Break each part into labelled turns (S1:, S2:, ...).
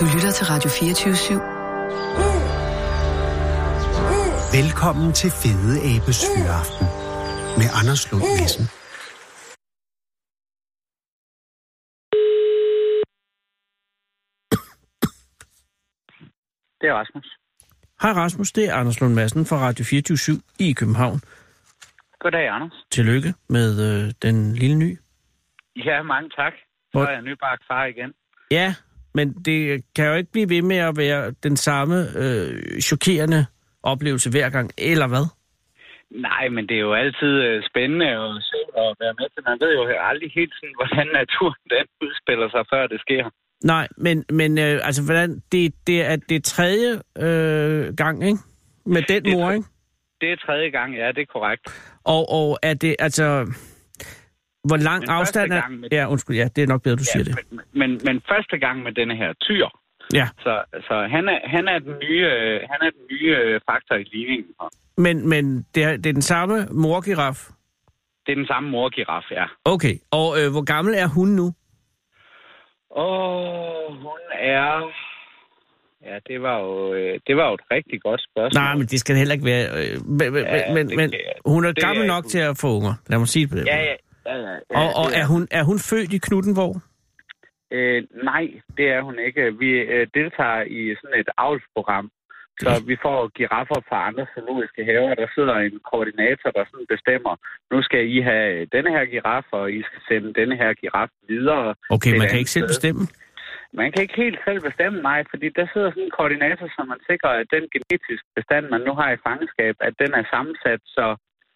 S1: Du lytter til Radio 24
S2: Velkommen til Fede Abes Fyraften med Anders Lund Madsen.
S3: Det er Rasmus.
S4: Hej Rasmus, det er Anders Lund Madsen fra Radio 24 i København.
S3: Goddag, Anders.
S4: Tillykke med øh, den lille ny.
S3: Ja, mange tak. Så
S4: Hvor-
S3: er jeg nybagt far igen.
S4: Ja, men det kan jo ikke blive ved med at være den samme øh, chokerende oplevelse hver gang, eller hvad?
S3: Nej, men det er jo altid øh, spændende at, se og være med til. Man ved jo aldrig helt sådan, hvordan naturen den udspiller sig, før det sker.
S4: Nej, men, men øh, altså, hvordan, det, det, er, det er tredje øh, gang, ikke? Med den
S3: Det er
S4: mor,
S3: tre-
S4: ikke?
S3: Det er tredje gang, ja, det er korrekt.
S4: Og, og er det, altså... Hvor lang
S3: Den første
S4: afstand er...
S3: gang med-
S4: Ja, undskyld, ja, det er nok bedre, du ja, siger det.
S3: Men, men, men første gang med denne her tyr.
S4: Ja.
S3: Så, så han, er, han er den nye, øh, han er den nye øh, faktor i ligningen. her.
S4: Men, men det, er, det er den samme morgiraf.
S3: Det er den samme morgiraf, ja.
S4: Okay, og øh, hvor gammel er hun nu?
S3: Åh, hun er... Ja, det var, jo, øh, det var jo et rigtig godt spørgsmål.
S4: Nej, men det skal det heller ikke være. øh, Men, men,
S3: Ja,
S4: men,
S3: det
S4: men
S3: kan jeg-
S4: hun er
S3: det er
S4: gammel
S3: jeg
S4: nok
S3: ikke
S4: til at få unger. Lad mig sige det på den
S3: Ja,
S4: måde.
S3: ja. ja, ja, ja
S4: Og, og
S3: det
S4: er, hun, er hun født i Knuttenborg?
S3: Øh, nej, det er hun ikke. Vi øh, deltager i sådan et avlsprogram, så vi får giraffer fra andre zoologiske haver. Der sidder en koordinator, der sådan bestemmer, nu skal I have øh, denne her giraf, og I skal sende denne her giraf videre. Det
S4: Okay,
S3: er
S4: man
S3: et
S4: kan
S3: andet
S4: ikke selv
S3: sted.
S4: bestemme.
S3: Man kan ikke helt selv bestemme, nej, fordi der sidder sådan en koordinator, som man sikrer, at den genetiske bestand, man nu har i fangenskab, at den er sammensat så,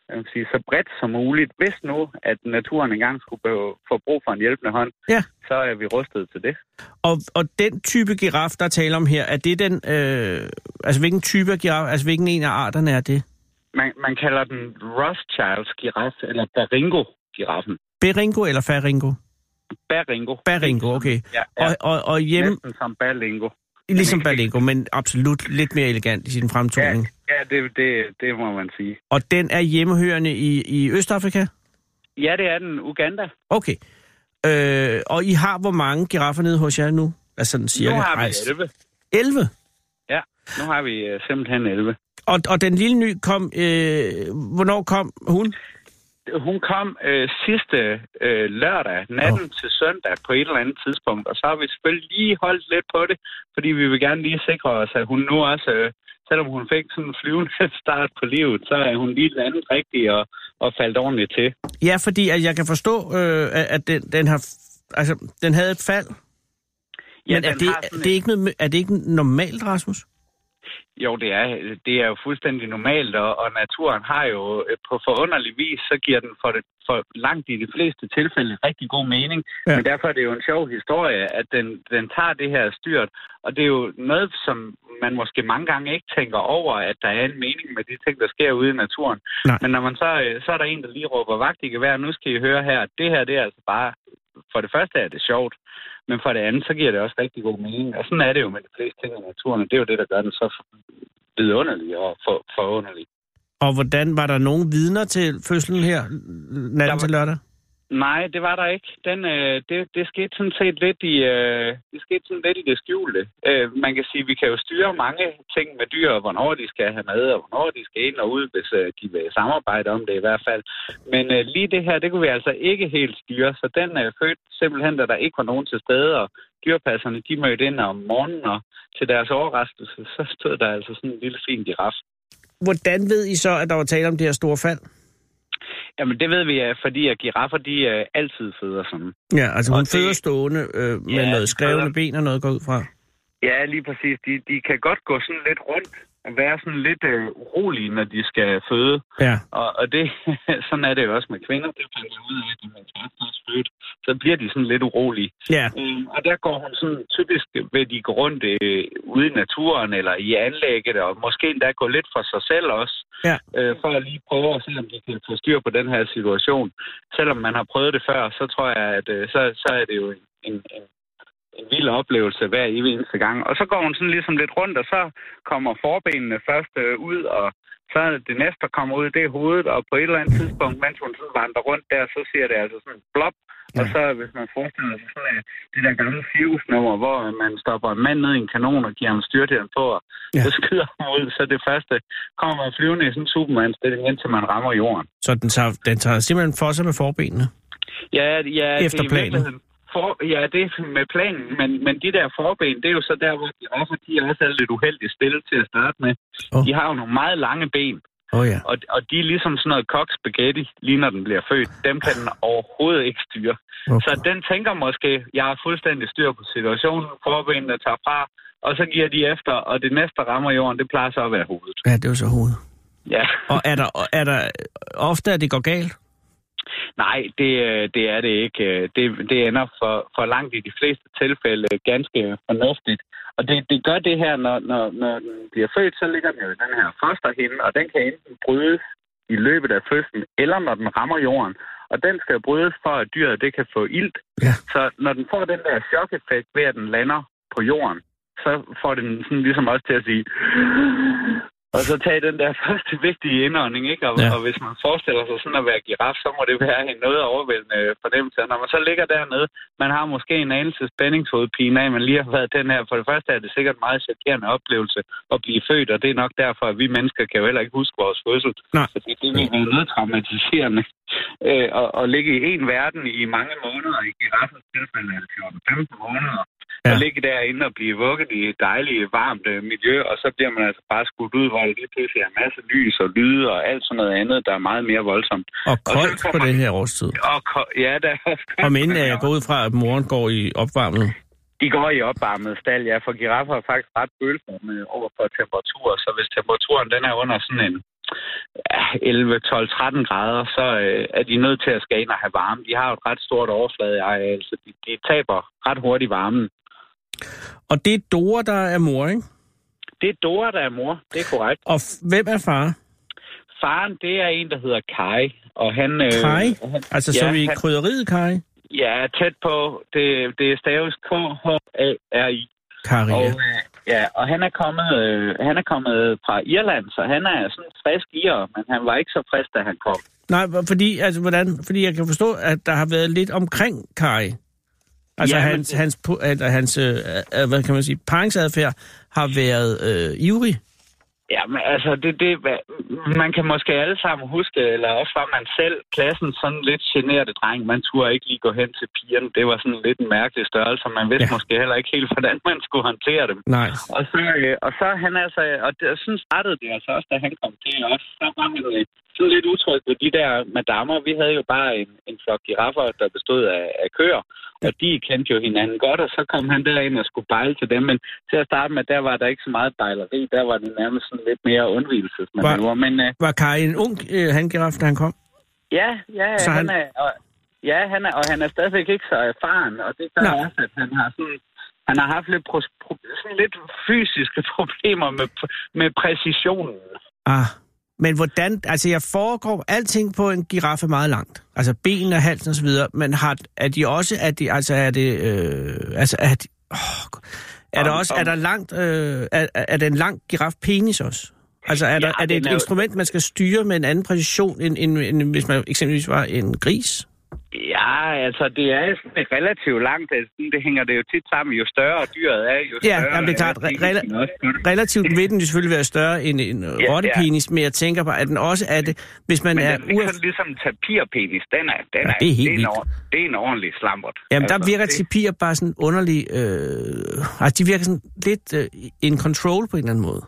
S3: jeg vil sige, så bredt som muligt. Hvis nu, at naturen engang skulle behøve- få brug for en hjælpende hånd,
S4: Ja.
S3: så er vi rustet til det.
S4: Og, og den type giraf, der taler om her, er det den... Øh, altså, hvilken type af giraf, altså hvilken en af arterne er det?
S3: Man, man kalder den Rothschilds giraf, eller Baringo-giraffen.
S4: Beringo eller Faringo?
S3: Baringo.
S4: Baringo, okay.
S3: Ja, ja.
S4: Og, og, og hjemme,
S3: Næsten som Baringo.
S4: ligesom Baringo, men absolut lidt mere elegant i sin
S3: Ja,
S4: fremtoning.
S3: ja det, det, det må man sige.
S4: Og den er hjemmehørende i, i Østafrika?
S3: Ja, det er den. Uganda.
S4: Okay. Øh, og I har hvor mange giraffer nede hos jer nu? Altså sådan cirka.
S3: Nu har vi
S4: Ej,
S3: 11.
S4: 11.
S3: Ja, nu har vi øh, simpelthen 11.
S4: Og, og den lille ny kom, øh, hvornår kom hun?
S3: Hun kom øh, sidste øh, lørdag, natten oh. til søndag på et eller andet tidspunkt, og så har vi selvfølgelig lige holdt lidt på det, fordi vi vil gerne lige sikre os, at hun nu også, øh, selvom hun fik sådan en flyvende start på livet, så er hun lige landet rigtigt og, og faldt ordentligt til.
S4: Ja, fordi at jeg kan forstå, øh, at- at den, den har, f- altså, den havde et fald. Ja, men er
S3: den
S4: det,
S3: har sådan
S4: er, det ikke noget, med- er det ikke normalt, Rasmus?
S3: Jo, det er, det er jo fuldstændig normalt, og, og naturen har jo øh, på forunderlig vis, så giver den for, det, for langt i de fleste tilfælde rigtig god mening.
S4: Ja.
S3: Ja. Men derfor er det jo en sjov historie, at den, den tager det her styrt. Og det er jo noget, som man måske mange gange ikke tænker over, at der er en mening med de ting, der sker ude i naturen.
S4: Nej.
S3: Men når man så, øh, så er der en, der lige råber vagt i gevær, nu skal I høre her, det her det er altså bare, for det første er det sjovt, men for det andet, så giver det også rigtig god mening. Og sådan er det jo med de fleste ting i naturen, og det er jo det, der gør den så vidunderlig og for, forunderlig.
S4: Og hvordan var der nogen vidner til fødslen her
S3: Der
S4: natten
S3: var-
S4: til lørdag?
S3: Nej, det var der ikke. Den, øh, det, det skete sådan set lidt i, øh, det skete sådan lidt i det skjulte. Øh, man kan sige, at vi kan jo styre mange ting med dyr, og hvornår de skal have mad, og hvornår de skal ind og ud, hvis øh, de vil samarbejde om det i hvert fald. Men øh, lige det her, det kunne vi altså ikke helt styre, så den øh, fødte simpelthen, da der ikke var nogen til stede, og dyrpasserne de mødte ind om morgenen, og til deres overraskelse, så stod der altså sådan en lille fin giraf.
S4: Hvordan ved I så, at der var tale om det her store fald?
S3: Jamen det ved vi, øh, fordi at giraffer, de øh, altid føder sådan.
S4: Ja, altså
S3: Og
S4: hun
S3: det-
S4: føder stående øh, med
S3: Ja,
S4: noget
S3: de
S4: skrevne
S3: føder-
S4: ben og noget går ud fra.
S3: Ja, lige præcis. De, de kan godt gå sådan lidt rundt og være sådan lidt øh, urolige, når de skal føde.
S4: Ja.
S3: Og, og det, sådan er det jo også med kvinder. Det fandt jeg ud af, at man faktisk født. Så bliver de sådan lidt urolige.
S4: ja,
S3: Øhm, og der går hun sådan typisk, ved de går rundt øh, ude i naturen eller i anlægget, og måske endda gå lidt for sig selv også,
S4: Ja.
S3: øh, for at lige prøve at se, om de kan få styr på den her situation. Selvom man har prøvet det før, så tror jeg, at øh, så, så er det jo en, en, en, en vild oplevelse hver evig eneste gang. Og så går hun sådan ligesom lidt rundt, og så kommer forbenene først øh, ud og Så er det næste, der kommer ud, det er hovedet, og på et eller andet tidspunkt, mens hun sådan vandrer rundt der, så siger det altså sådan blop, ja. og så hvis man forestiller sig sådan øh, det der gamle cirkusnummer, hvor man stopper en mand ned i en kanon og giver ham styrthjelm på, og
S2: Ja.
S3: ja. så skyder han ud, så det første kommer man flyvende i sådan en supermandstilling, indtil man rammer jorden.
S4: Så den tager, den tager simpelthen for sig med forbenene.
S3: Ja, ja,
S4: Efter
S3: det er i
S4: planen.
S3: virkeligheden For, ja, det er med planen, men, men de der forben, det er jo så der, hvor de også, de er også er lidt uheldigt stille til at starte med.
S4: Åh.
S3: Oh. De har jo nogle meget lange ben,
S4: Åh oh, ja.
S3: og, og de er ligesom sådan noget kok spaghetti, lige når den bliver født. Dem kan den overhovedet ikke styre.
S4: Okay.
S3: Så den tænker måske, jeg har fuldstændig styr på situationen, forbenene tager fra, og så giver de efter, og det næste, der rammer jorden, det plejer så at være hovedet.
S4: Ja, det er jo så hovedet.
S3: Ja.
S4: Og er der, er der ofte, at det går galt?
S3: Nej, det, øh, det er det ikke. Øh, Det, det ender for, for langt i de fleste tilfælde ganske fornuftigt. Og det, det gør det her, når, når, når den bliver født, så ligger den jo i den her fosterhinde, og den kan enten brydes i løbet af fødslen, eller når den rammer jorden. Og den skal jo brydes for, at dyret det kan få ilt.
S4: Ja.
S3: Så når den får den der chok-effekt ved, at den lander på jorden, så får den sådan ligesom også til at sige... Og så tage den der første vigtige indånding, ikke? Og,
S4: Ja.
S3: ja. og hvis man forestiller sig sådan at være giraf, så må det være en noget overvældende fornemmelse. Og Når man så ligger dernede, man har måske en anelse spændingshovedpine af, man lige har været den her. For det første er det sikkert en meget chokerende oplevelse at blive født, og det er nok derfor, at vi mennesker kan jo heller ikke huske vores fødsel.
S4: Nej.
S3: Fordi det vil være noget traumatiserende. Øh, og, og ligge i en verden i mange måneder, i giraffens tilfælde er det 14-15 måneder,
S4: Ja.
S3: ja. og ligge derinde og blive vugget i et dejligt, varmt øh, miljø, og så bliver man altså bare skudt ud, hvor der lige pludselig er en masse lys og lyde og alt sådan noget andet, der er meget mere voldsomt.
S4: Og
S3: så
S4: koldt
S3: får
S4: på
S3: man-
S4: den her årstid.
S3: Og ko- ja, der er også
S4: Om inden jeg går ud fra, at moren går i opvarmning.
S3: De går i opvarmet stald, ja, for giraffer er faktisk ret følsomme over for temperaturer, så hvis temperaturen den er under sådan en ja, 11, 12, 13 grader, så øh, er de nødt til at skal ind og have varme. De har jo et ret stort overfladeareal, så de, de taber ret hurtigt varmen.
S4: Og det er Dora, der er mor, ikke?
S3: Det er Dora, der er mor, det er korrekt.
S4: Og f- hvem er far?
S3: Faren, det er en, der hedder Kai, og han... Øh,
S4: Kai?
S3: Han,
S4: Altså,
S3: ja,
S4: som i
S3: han-
S4: krydderiet, Kai?
S3: ja, tæt på. Det, det er staves K-H-A-R-I. Og,
S4: Karia.
S3: øh, ja, og han er, kommet, øh, han er kommet fra Irland, så han er sådan en frisk irer, men han var ikke så frisk, da han kom.
S4: Nej, hvor- fordi, altså, hvordan? fordi jeg kan forstå, at der har været lidt omkring Kai. Altså ja,
S3: Ja, men
S4: hans,
S3: det-
S4: hans, pu- eller hans øh, øh, hvad kan man sige, paringsadfærd har været øh, ivrig.
S3: Ja, men altså, det, det, hva- man kan måske alle sammen huske, eller også var man selv, klassen sådan lidt generte dreng. Man turde ikke lige gå hen til pigerne. Det var sådan lidt en mærkelig størrelse, og man vidste
S4: Ja.
S3: ja. måske heller ikke helt, hvordan man skulle håndtere dem.
S4: Nej.
S3: Og så, øh, og så han altså, og det, sådan startede det altså også, da han kom til os. Så var man øh, sådan lidt utryg ved de der madammer. Vi havde jo bare en, en flok giraffer, der bestod af, af køer, og de kendte jo hinanden godt, og så kom han derind og skulle bejle til dem. Men til at starte med, der var der ikke så meget bejleri, der var det nærmest sådan lidt mere undvielsesmanøvre. Men øh,
S4: Var Kai en ung øh, handgiraf, da han kom?
S3: ja, ja,
S4: Så
S3: så han,
S4: han-
S3: han er... Og, Ja, han er, og han er stadigvæk ikke så erfaren, og det gør
S4: Nej.
S3: også, at han har sådan han har haft lidt, pro, pro, sådan lidt fysiske problemer med, med præcisionen.
S4: Ah. Men hvordan, altså jeg foregår alting på en giraffe meget langt. Altså ben og halsen osv., men har, er de også, er de, altså er det, øh, altså er de, åh, Gud. er der
S3: Om-
S4: også,
S3: om-
S4: er der langt, øh, er, er det en lang giraf penis også? Altså er, der,
S3: Ja,
S4: er det
S3: den
S4: et
S3: er jo-
S4: instrument, man skal styre med en anden præcision, end, end, end hvis man eksempelvis var en gris?
S3: Ja, altså det er sådan relativt langt. Altså, sådan, det hænger det jo tit sammen. Jo større dyret er, jo
S4: Ja,
S3: større...
S4: jamen, det er klart. Re-
S3: penisen
S4: rela-
S3: også.
S4: Relativt vil den jo selvfølgelig være større end en ja,
S3: ja.
S4: rottepenis, men jeg tænker på, at den også er det, hvis man
S3: Men
S4: er...
S3: den er ikke
S4: uerf-
S3: sådan ligesom en tapirpenis. Den er, den
S4: Ja,
S3: er,
S4: det er helt
S3: det, er en,
S4: vildt.
S3: or- det er en ordentlig slambert.
S4: Jamen, der virker
S3: Altså, det-
S4: tipier bare sådan underlig... Øh, altså, de virker sådan lidt øh, in control på en eller anden måde.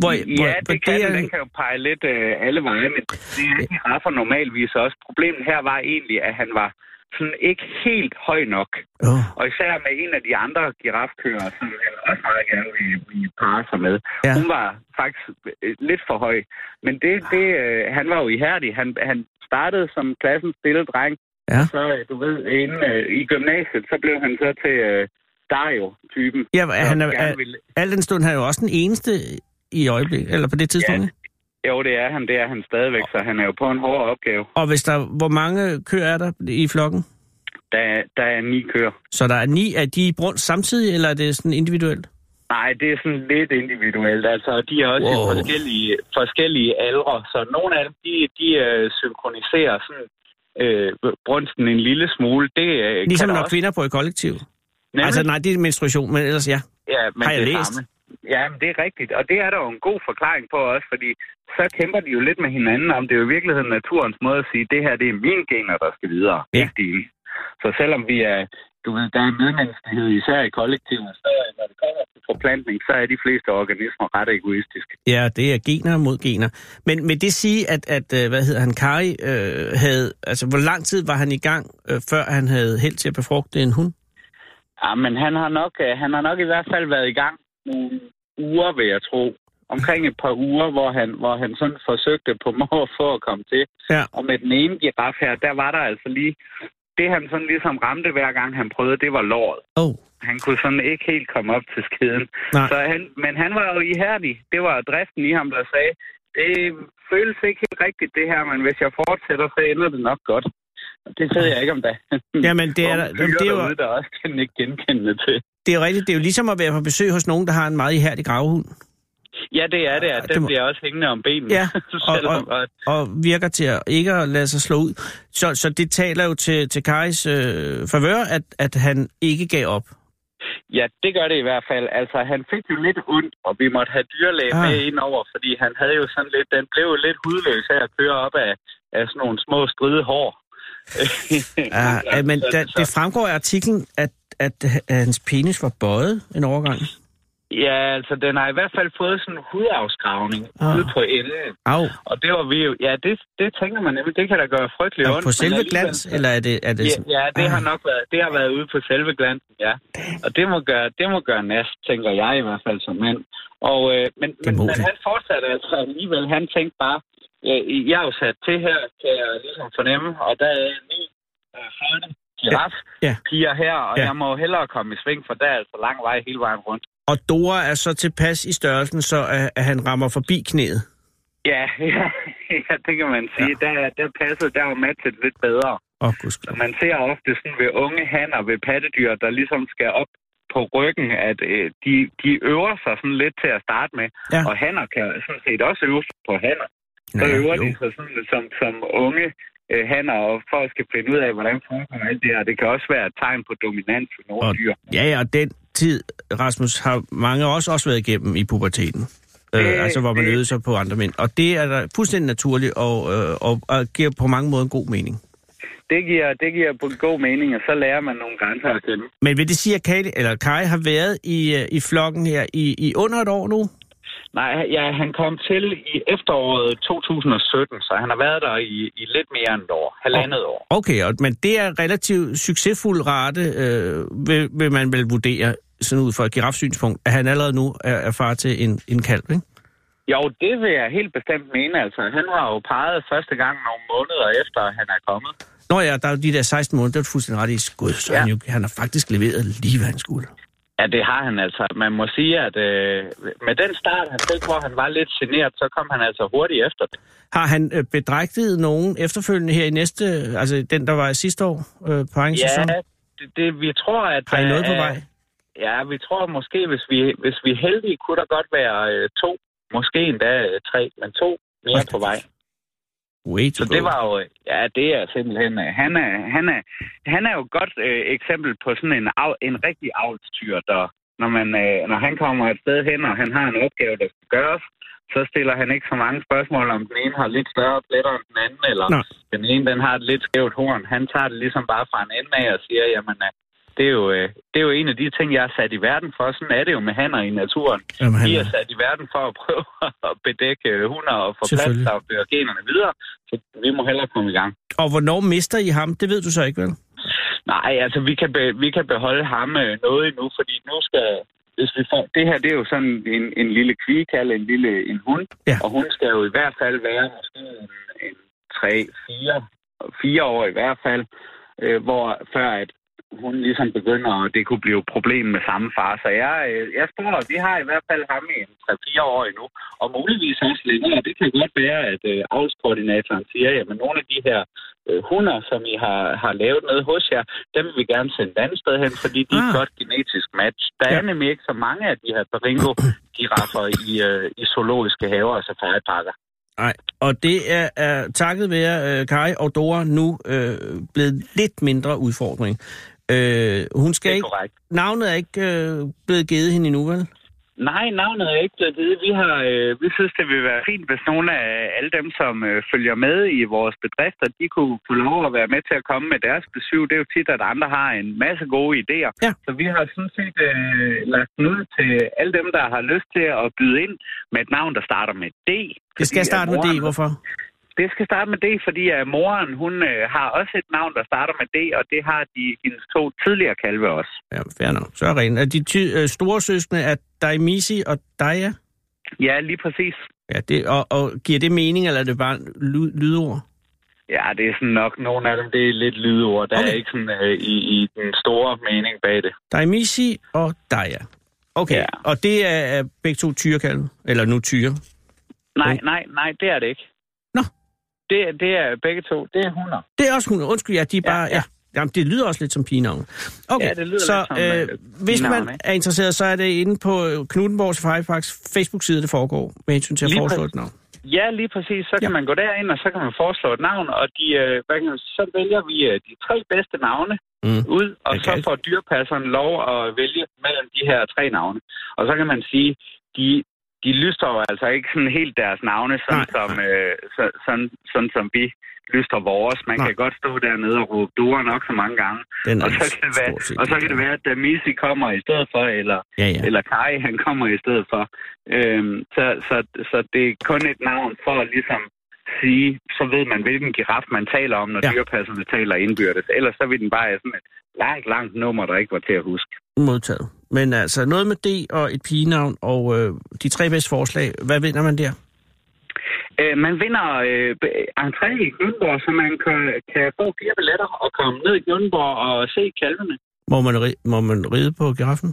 S4: Hvor, hvor,
S3: ja,
S4: hvor
S3: det kan
S4: er-
S3: det den. Den kan jo pege lidt øh, alle veje, men det er ikke raffer normalvis også. Problemet her var egentlig, at han var sådan ikke helt høj nok.
S4: Åh,
S3: Og især med en af de andre girafkører, som jeg også meget gerne vil, vil parre sig med.
S4: Ja.
S3: Ja. Hun var faktisk øh, lidt for høj. Men det, det, øh, han var jo ihærdig. Han, han startede som klassens stille dreng.
S4: Ja.
S3: Så, øh, du ved, inden, øh, i gymnasiet, så blev han så til øh, Dario-typen.
S4: ja, hvor er
S3: som
S4: han er,
S3: gerne
S4: er,
S3: ville-
S4: al den stund han er jo også den eneste i øjeblikket, eller på det tidspunkt.
S3: Ja.
S4: ikke?
S3: Jo, det er han. Det er han stadigvæk, så han er jo på en hård opgave.
S4: Og hvis der, hvor mange køer er der i flokken?
S3: Der, er- der er ni køer.
S4: Så der er ni, er de i brunst samtidig, eller er det sådan individuelt?
S3: Nej, det er sådan lidt individuelt. Altså, de er også wow. i
S4: Wow.
S3: forskellige, forskellige aldre, så nogle af dem, de, de øh, synkroniserer sådan, øh, brunsten en lille smule. Det øh,
S4: Ligesom
S3: kan der
S4: når
S3: også.
S4: kvinder bor i kollektiv.
S3: Nemlig.
S4: Altså, nej, det er menstruation, men ellers ja.
S3: Ja, men
S4: Har jeg
S3: det er
S4: læst?
S3: Samme. Ja, men det er rigtigt. Og det er der jo en god forklaring på også, fordi så kæmper de jo lidt med hinanden om, det er jo i virkeligheden naturens måde at sige, det her det er mine gener, der skal videre,
S4: Ja.
S3: ja. ikke dine. Så selvom vi er, du ved, der er medmenneskelighed, især i kollektivet, så øh, når det kommer til forplantning, så er de fleste organismer ret egoistiske.
S4: Ja, det er gener mod gener. Men vil det sige, at, at øh, hvad hedder han, Kari, øh, havde, altså hvor lang tid var han i gang, øh, før han havde held til at befrugte en hund?
S3: Ja, men han har, nok, øh, han har nok i hvert fald været i gang nogle uger, vil jeg tro. Omkring et par uger, hvor han, hvor han sådan forsøgte på mig for at komme til.
S4: Ja.
S3: Og med den ene giraf her, der var der altså lige... Det, han sådan ligesom ramte hver gang, han prøvede, det var låret.
S4: Åh, oh,
S3: Han kunne sådan ikke helt komme op til skeden.
S4: nej.
S3: Så han, men han var jo ihærdig. Det var driften i ham, der sagde, det føles ikke helt rigtigt det her, men hvis jeg fortsætter, så ender det nok godt. Det ved jeg ikke om der.
S4: Jamen, det er,
S3: Om fyre
S4: der- det, er jo,
S3: derude, der også kan ikke genkende det til.
S4: det er jo rigtigt. Det er jo ligesom at være på besøg hos nogen, der har en meget ihærdig gravehund,
S3: Ja, det er det.
S4: Ej,
S3: at
S4: det
S3: Den
S4: må-
S3: bliver også hængende om benene.
S4: Ja, og-
S3: Selvom, og,
S4: og virker til at ikke at lade sig slå ud. Så, så det taler jo til, til Karis øh, favør, at, at han ikke gav op.
S3: ja, det gør det i hvert fald. Altså, han fik jo lidt ondt, og vi måtte have dyrlæge
S4: Ah.
S3: ah. med ind over, fordi han havde jo sådan lidt... Den blev jo lidt hudløs af at køre op af, af sådan nogle små stride hår.
S4: Ja, Ah, ja, men
S3: så-
S4: da,
S3: så-
S4: det fremgår af artiklen, at, at, at hans penis var bøjet en overgang.
S3: Ja, altså, den har i hvert fald fået sådan en hudafskravning
S4: Ah.
S3: ah. ude på enden.
S4: Au.
S3: Og det var vi jo... Ja, det, det tænker man nemlig. Det kan da gøre frygtelig
S4: Er
S3: ondt.
S4: på
S3: men
S4: selve
S3: alligevel-
S4: glans, eller er det... Er det
S3: Ja, ja det
S4: Ah.
S3: har nok været, det har været ude på selve glansen, ja. Og det må gøre, det må gøre nas, tænker jeg i hvert fald som mand. Og, øh, men,
S4: Det
S3: men,
S4: må
S3: men
S4: det.
S3: han fortsatte altså alligevel, han tænkte bare, øh, jeg er jo sat til her, kan jeg ligesom fornemme, og der er en ny øh, flotte giraf,
S4: Ja, ja.
S3: piger her, og
S4: Ja.
S3: ja. jeg må jo hellere komme i sving, for der er altså lang vej hele vejen rundt.
S4: Og Dora er så tilpas i størrelsen, så at, at han rammer forbi knæet.
S3: Ja, ja, ja det kan man sige. Ja. Der, der passede, der var matchet lidt bedre.
S4: Åh, oh, gudskelov.
S3: Man ser ofte sådan ved unge hanner, ved pattedyr, der ligesom skal op på ryggen, at øh, de, de øver sig sådan lidt til at starte med.
S4: Ja.
S3: Ja. Og hanner kan sådan set også øve sig på hanner. Så
S4: Ja,
S3: øver
S4: jo.
S3: de sig sådan lidt som, som unge øh, hanner, og folk skal finde ud af, hvordan foregår alt det her. Det kan også være et tegn på dominans for nogle
S4: Og-
S3: og, dyr.
S4: Ja, ja, og den tid, Rasmus, har mange også også været igennem i puberteten.
S3: Det-
S4: Øh, altså, hvor man
S3: det-
S4: øvede sig på andre mænd. Og det er da fuldstændig naturligt, og, øh, og, og giver på mange måder en god mening.
S3: Det giver, det giver på god mening, og så lærer man nogle grænser at kende.
S4: Men vil det sige, at Kate, eller Kai har været i, øh, i flokken her i, i under et år nu?
S3: Nej, ja, han kom til i efteråret 2017, så han har været der i, i lidt mere end et år. Halvandet år.
S4: Okay, og, men det er en relativt succesfuld rate, øh, vil, vil man vel vurdere, sådan ud fra et girafsynspunkt, at han allerede nu er, er far til en, en kalv, ikke?
S3: Jo, det vil jeg helt bestemt mene. Altså, han var jo peget første gang nogle måneder efter, at han er kommet.
S4: Nå ja, der er jo de der 16 måneder, det er du fuldstændig ret i. Gud, så ja.
S3: Ja.
S4: han, jo, han har faktisk leveret lige, hvad han skulle.
S3: Ja, det har han altså. Man må sige, at øh, med den start, han fik, hvor han var lidt generet, så kom han altså hurtigt efter det.
S4: Har han øh, bedrægtet nogen efterfølgende her i næste, altså den, der var i sidste år øh, på egen sæson?
S3: Ja, det, det, vi tror, at...
S4: Har I noget på
S3: øh,
S4: vej?
S3: Ja, vi tror måske, hvis vi, hvis vi er heldige, kunne der godt være øh, to, måske endda øh, tre, men to mere
S4: Hold da
S3: på vej.
S4: Wait
S3: Så det var jo, ja, det er simpelthen, øh, han er, han er, han er jo et godt øh, eksempel på sådan en, av, en rigtig avlstyr, der, når, man, øh, når han kommer et sted hen, og han har en opgave, der skal gøres, så stiller han ikke så mange spørgsmål, om den ene har lidt større pletter end den anden, eller
S4: Nå.
S3: Nå. den ene den har et lidt skævt horn. Han tager det ligesom bare fra en ende af og siger, jamen, øh, det er, jo, øh, det er jo en af de ting, jeg er sat i verden for. Sådan er det jo med hanner i naturen.
S4: Jamen, han
S3: De
S4: er-
S3: er sat i verden for at prøve at bedække øh, hunder og få plads
S4: Selvfølgelig.
S3: og føre generne videre. Så vi må hellere komme i gang.
S4: Og hvornår mister I ham? Det ved du så ikke, vel?
S3: Nej, altså vi kan, be, vi kan beholde ham øh, noget endnu, fordi nu skal... Hvis vi får, det her det er jo sådan en, en lille kvikal, en lille en hund,
S4: Ja.
S3: og hun skal jo i hvert fald være måske en, en 3, 4, fire år i hvert fald, øh, hvor før at hun ligesom begynder, og det kunne blive et problem med samme far. Så jeg, øh, jeg tror, at vi har i hvert fald ham i en 3-4 år endnu, og muligvis også længere. Det kan godt være, at øh, avlskoordinatoren siger, at nogle af de her øh, hunder, som I har, har lavet med hos jer, dem vil vi gerne sende et andet sted hen, fordi de er
S4: Ah.
S3: et godt genetisk match. Der er
S4: Ja.
S3: nemlig ikke så mange af de her baringo giraffer i, øh, i zoologiske haver og safariparker.
S4: Nej, og det er, er takket være øh, Kai og Dora nu øh, blevet lidt mindre udfordring. Øh, hun
S3: Det
S4: skal
S3: er
S4: ikke,
S3: korrekt.
S4: navnet er ikke øh, blevet givet hende endnu, vel?
S3: Nej, navnet er ikke blevet givet. Vi, har, øh, vi synes, det ville være fint, hvis nogle af alle dem, som øh, følger med i vores bedrifter, de kunne få lov at være med til at komme med deres besøg. Det er jo tit, at andre har en masse gode idéer.
S4: Ja.
S3: Så vi har sådan set øh, lagt den ud til alle dem, der har lyst til at byde ind med et navn, der starter med D.
S4: Det skal
S3: Fordi,
S4: starte
S3: at
S4: med
S3: moren-
S4: D, hvorfor?
S3: Det skal starte med D, fordi at moren hun øh, har også et navn, der starter med D, og det har de hendes to tidligere kalve også.
S4: Ja, fair nok. Så er rent. Er de ty- øh, store søskende er Daimisi og Daya?
S3: Ja, lige præcis.
S4: Ja, det, og, og giver det mening, eller er det bare ly- lydord?
S3: Ja, det er sådan nok nogle af dem, det er lidt lydord. Der okay. er
S4: Okay.
S3: ikke sådan øh, i, i den store mening bag det.
S4: Daimisi og Daya. Okay,
S3: Ja.
S4: ja. og det er, er begge to tyrekalve, eller nu tyre.
S3: Nej,
S4: Okay.
S3: nej, nej, det er det ikke.
S4: Nå.
S3: Det, det er begge to. Det er hunder.
S4: Det er også hunde. Undskyld, ja, de er bare...
S3: ja.
S4: Ja, ja. Jamen, det lyder også lidt som pigenavn. Okay,
S3: Ja, det lyder
S4: så
S3: lidt som, øh,
S4: hvis
S3: pigenavn,
S4: man
S3: ikke?
S4: er interesseret, så er det inde på øh, Knuthenborg Safari Parks Facebook-side, det foregår med hensyn til at
S3: Lige
S4: foreslå
S3: præcis.
S4: et navn.
S3: Ja, lige præcis. Så kan
S4: Ja.
S3: man gå derind, og så kan man foreslå et navn, og de, øh, hvad kan man, sige, så vælger vi øh, de tre bedste navne
S4: Mm.
S3: ud, og
S4: Okay.
S3: så får dyrepasseren lov at vælge mellem de her tre navne. Og så kan man sige, de, de lyster jo altså ikke sådan helt deres navne, sådan,
S4: Nej,
S3: som, øh, så, sådan, sådan som vi lyster vores. Man
S4: Nej.
S3: kan godt stå dernede og råbe duer nok så mange gange,
S4: Den er
S3: og så kan det være,
S4: stort set
S3: og så kan
S4: ligeglad.
S3: det være at Misi kommer i stedet for, eller
S4: Ja, ja.
S3: eller Kai, han kommer i stedet for. Øhm, så, så, så det er kun et navn for at ligesom sige, så ved man, hvilken giraf man taler om, når
S4: Ja.
S3: ja. dyrepasserne taler indbyrdes. Ellers så vil den bare være sådan et langt, langt nummer, der ikke var til at huske.
S4: Modtaget. Men altså, noget med D og et pigenavn og øh, de tre bedste forslag. Hvad vinder man der?
S3: Øh, man vinder øh, b- entré i Gønborg, så man kan, kan få fire billetter og komme ned i Gønborg og se kalvene.
S4: Må man, ri- må man ride på giraffen?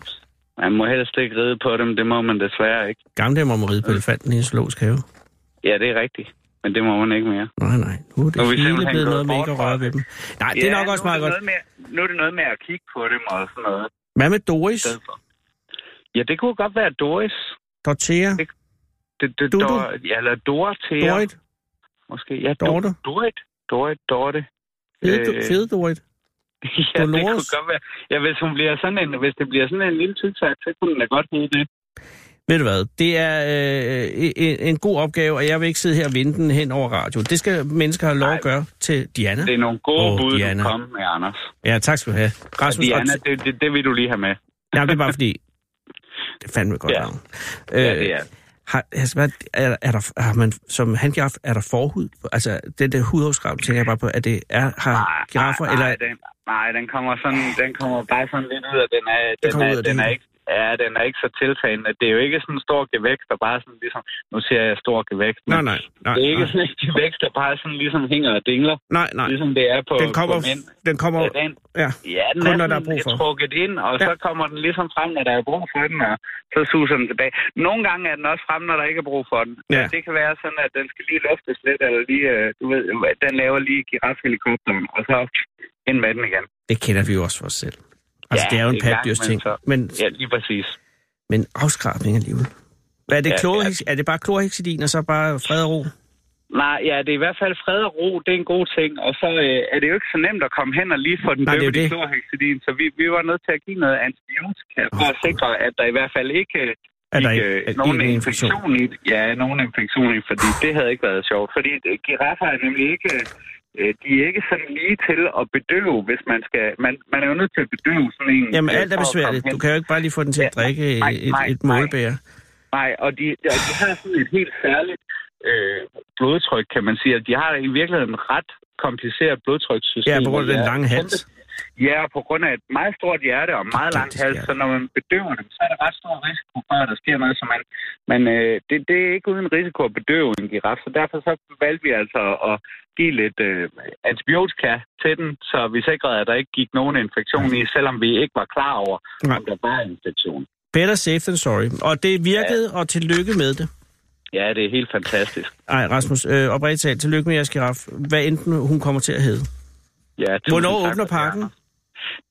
S3: Man må helst ikke ride på dem, det må man desværre ikke.
S4: Gamle dage må man ride på elefanten i en zoologisk have.
S3: Ja, det er rigtigt, men det må man ikke mere.
S4: Nej, nej. Nu er det
S3: Nu er vi
S4: hele
S3: simpelthen
S4: blevet
S3: gået
S4: noget med
S3: bort
S4: ikke at
S3: fra
S4: røre
S3: det.
S4: ved dem. Nej, det er nok også
S3: nu
S4: meget godt.
S3: noget Med, nu er det noget med at kigge på dem og sådan noget.
S4: Hvad med Doris?
S3: stedet for. Ja, det kunne godt være Doris.
S4: Dortea?
S3: Det- Det, det,
S4: Dudu?
S3: Dor, ja, eller Dorothea.
S4: Dorit?
S3: Måske. Ja, Do-
S4: Dorte?
S3: Dorit. Dorit, Dorte.
S4: Fede,
S3: Øh,
S4: fede Dorit?
S3: ja, det
S4: Dolores?
S3: kunne godt være. Ja, hvis, hun bliver sådan en, hvis det bliver sådan en lille tyksag, så kunne den da godt hedde det.
S4: Ved du hvad, det er øh, en, en god opgave, og jeg vil ikke sidde her og vinde den hen over radio. Det skal mennesker have lov
S3: Nej.
S4: at gøre til Diana.
S3: Det er nogle gode
S4: Åh,
S3: oh, bud,
S4: Diana.
S3: du kom med, Anders.
S4: Ja, tak skal du have. Rasmus, og-
S3: Diana, det, det, det vil du lige have med.
S4: Nej, det er bare fordi... Det er fandme et godt
S3: Ja.
S4: navn. Øh,
S3: Ja, det er.
S4: Har, altså, hvad, er, er der, har man, som handgiraf, er der forhud? på- Altså, den der hudafskrav, tænker jeg bare på, at det er, har giraffer,
S3: nej,
S4: eller...
S3: Nej, den, nej, den kommer, sådan, den kommer bare sådan lidt ud, og den er, den
S4: kommer
S3: er,
S4: ud af det
S3: den er
S4: hele.
S3: ikke Ja, den er ikke så tiltagende. Det er jo ikke sådan en stor gevækst, der bare sådan ligesom... Nu siger jeg stor gevækst, men
S4: Nej, nej, nej,
S3: Det er ikke
S4: nej,
S3: sådan en gevækst, der bare sådan ligesom hænger og dingler,
S4: nej, nej.
S3: ligesom det er på,
S4: Ah. Den kommer,
S3: på mænd.
S4: den kommer,
S3: Ja, den,
S4: ja.
S3: ja, den
S4: Kun
S3: er,
S4: når der
S3: sådan
S4: er brug
S3: lidt
S4: for.
S3: trukket ind, og
S4: Ja.
S3: så kommer den ligesom frem, når der er brug for den, og så suser den tilbage. Nogle gange er den også frem, når der ikke er brug for den.
S4: Ja.
S3: Ja. Det kan være sådan, at den skal lige luftes lidt, eller lige, øh, du ved, den laver lige girafhelikopteren, og så ind med den igen.
S4: Det kender vi jo også for os selv. Altså,
S3: Ja,
S4: det er jo en
S3: det er langt,
S4: patdyrs ting,
S3: men så-
S4: men,
S3: Ja, lige præcis.
S4: men afskrabning alligevel. Hvad er det,
S3: Ja,
S4: klorhex, er det bare klorhexidin, og så bare fred og ro?
S3: Nej, ja, det er i hvert fald fred og ro, det er en god ting. Og så øh, er det jo ikke så nemt at komme hen og lige få den
S4: Nej, det er jo
S3: døbt i
S4: det.
S3: klorhexidin, så vi, vi var nødt til at give noget antibiotika for at sikre, at der i hvert fald ikke øh,
S4: Er der
S3: ikke,
S4: ikke
S3: øh,
S4: er
S3: nogen
S4: en
S3: infektion.
S4: infektion?
S3: i det. Ja, nogen infektion i det, fordi det havde ikke været sjovt. Fordi øh, giraffer er nemlig ikke... øh, De er ikke sådan lige til at bedøve, hvis man skal... Man, man er jo nødt til at bedøve sådan en...
S4: Jamen,
S3: øh,
S4: alt
S3: for
S4: er
S3: at komme
S4: besværligt.
S3: hen.
S4: Du kan jo ikke bare lige få den til at
S3: Ja,
S4: drikke
S3: nej,
S4: et,
S3: nej,
S4: et
S3: nej.
S4: målebær.
S3: Nej, og de, og de har sådan et helt særligt øh, blodtryk, kan man sige. Og De har i virkeligheden ret kompliceret blodtrykssystem.
S4: Ja, på grund af
S3: og de
S4: den
S3: er
S4: lange hals.
S3: kæmpe- Ja, på grund af et meget stort hjerte og meget lang
S4: Gigantisk
S3: hals,
S4: hjerte.
S3: så når man bedøver dem, så er der ret stor risiko for, at der sker noget. Så man, man, øh, det, det er ikke uden risiko at bedøve en giraf, så derfor så valgte vi altså at give lidt øh, antibiotika til den, så vi sikrede, at der ikke gik nogen infektion i, selvom vi ikke var klar over,
S4: Nej.
S3: om der var en infektion.
S4: Better safe than sorry. Og det virkede, ja. og tillykke med det.
S3: Ja, det er helt fantastisk.
S4: Ej, Rasmus, øh, oprigtigt talt, tillykke med jeres giraf. Hvad enten hun kommer til at hedde.
S3: Ja, tusind
S4: Hvornår
S3: tak
S4: åbner
S3: for det,
S4: parken?
S3: Anders.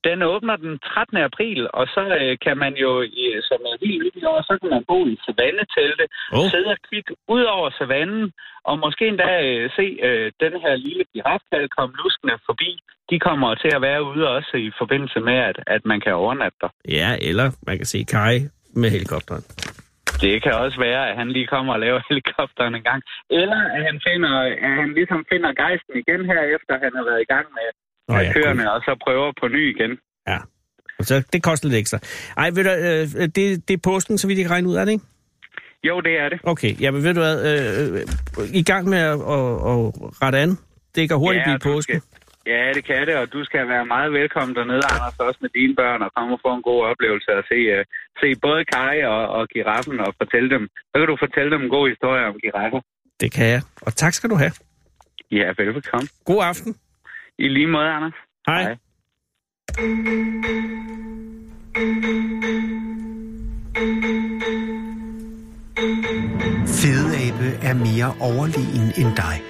S3: Den åbner den 13. april, og så øh, kan man jo, øh, som er helt nyt i år, så kan man bo i savannetelte,
S4: Åh.
S3: oh. sidde og kigge ud over savannen, og måske endda øh, se øh, den her lille girafkald komme luskende forbi. De kommer til at være ude også i forbindelse med, at, at man kan overnatte der.
S4: Ja, eller man kan se Kai med helikopteren.
S3: Det kan også være, at han lige kommer og laver helikopteren en gang. Eller at han, finder, at han ligesom finder gejsten igen her, efter han har været i gang med
S4: Nå ja,
S3: oh, køerne, og så prøver på ny igen.
S4: Ja. Og Så det koster lidt ekstra. Ej, ved du, øh, det, det er posten, så vi kan regne ud af det, ikke?
S3: Jo, det er det.
S4: Okay, ja, men ved du hvad, øh, øh, i gang med at, at, at rette an. Det kan hurtigt ja, blive
S3: og du
S4: påske.
S3: Skal, ja, det kan det, og du skal være meget velkommen dernede, Anders, også med dine børn, og komme og få en god oplevelse og se, uh, se både Kai og, og giraffen og fortælle dem. Så kan du fortælle dem en god historie om giraffer.
S4: Det kan jeg. Og tak skal du have.
S3: Ja, velbekomme.
S4: God aften.
S3: I lige måde, Anders.
S4: Hej. Hej.
S2: Fedeabe er mere overlegen end dig.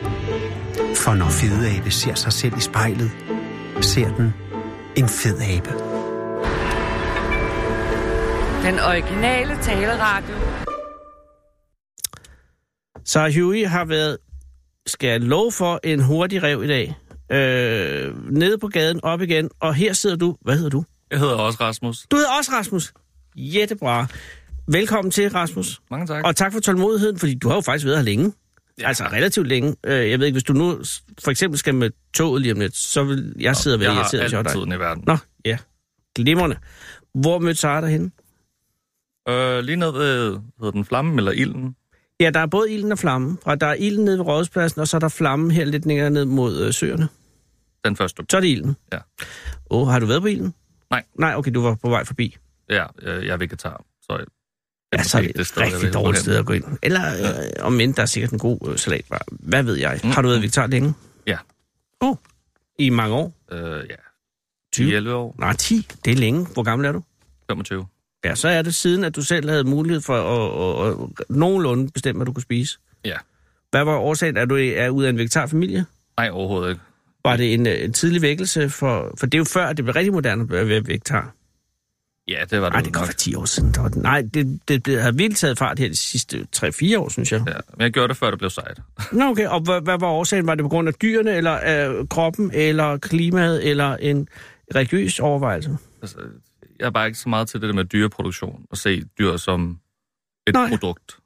S2: For når fedeabe ser sig selv i spejlet, ser den en fed abe.
S5: Den originale taleradio.
S4: Så Huey har været, skal jeg love for, en hurtig rev i dag. Øh, nede på gaden, op igen, og her sidder du. Hvad hedder du?
S6: Jeg hedder også Rasmus.
S4: Du hedder også Rasmus. Jettebra. Velkommen til, Rasmus.
S6: Mange tak.
S4: Og tak for tålmodigheden, fordi du har jo faktisk været her længe. Ja. Altså relativt længe. Øh, Jeg ved ikke, hvis du nu s- for eksempel skal med toget lige om lidt, så vil jeg sidde og være
S6: jeg har
S4: irriteret
S6: alt
S4: til dig.
S6: tiden i verden.
S4: Nå, ja. Glimrende. Hvor mødte Sara dig henne?
S6: Øh, lige ned ved, hedder den flammen eller ilden?
S4: Ja, der er både ilden og flammen. Og der er ilden nede ved rådspladsen, og så er der flammen her lidt længere ned mod øh, søerne.
S6: Den første.
S4: Så er det ilden.
S6: Ja.
S4: Åh, oh, har du været på ilden?
S6: Nej.
S4: Nej, okay, du var på vej forbi.
S6: Ja, øh, jeg er vegetar, så jeg,
S4: Ja, så er det
S6: det er
S4: et
S6: stadig
S4: rigtig
S6: ved
S4: dårligt
S6: Wuhan.
S4: sted at gå ind. Eller øh, om end der er sikkert en god øh, salat. Hvad ved jeg?
S6: Mm.
S4: Har du været vegetar længe?
S6: Ja.
S4: Åh, oh, i mange år?
S6: øh, ja,
S4: 20?
S6: 11 år,
S4: Nej, 10. Det er længe. Hvor gammel er du?
S6: 25.
S4: Ja, så er det siden, at du selv havde mulighed for at, at, at, at nogenlunde bestemme, hvad du kunne spise.
S6: Ja.
S4: Hvad var årsagen? Er du i- er ud af en vegetarfamilie?
S6: Nej, overhovedet ikke.
S4: Var det en, øh, en tidlig vækkelse? For, for det er jo før, at det blev rigtig moderne at være vegetar.
S6: Ja, det var det,
S4: Nej,
S6: jo
S4: det kan
S6: nok.
S4: være 10 år siden. Der var, den- nej, det, det, det har virkelig taget fart her de sidste 3-4 år, synes jeg. Ja.
S6: Ja, men jeg gjorde det, før det blev sejt.
S4: Nå, okay. Og hvad, hvad var årsagen? Var det på grund af dyrene, eller øh, kroppen, eller klimaet, eller en religiøs overvejelse?
S6: Altså, jeg er bare ikke så meget til det der med dyreproduktion, og se dyr som et
S4: Nej.
S6: Nej. produkt.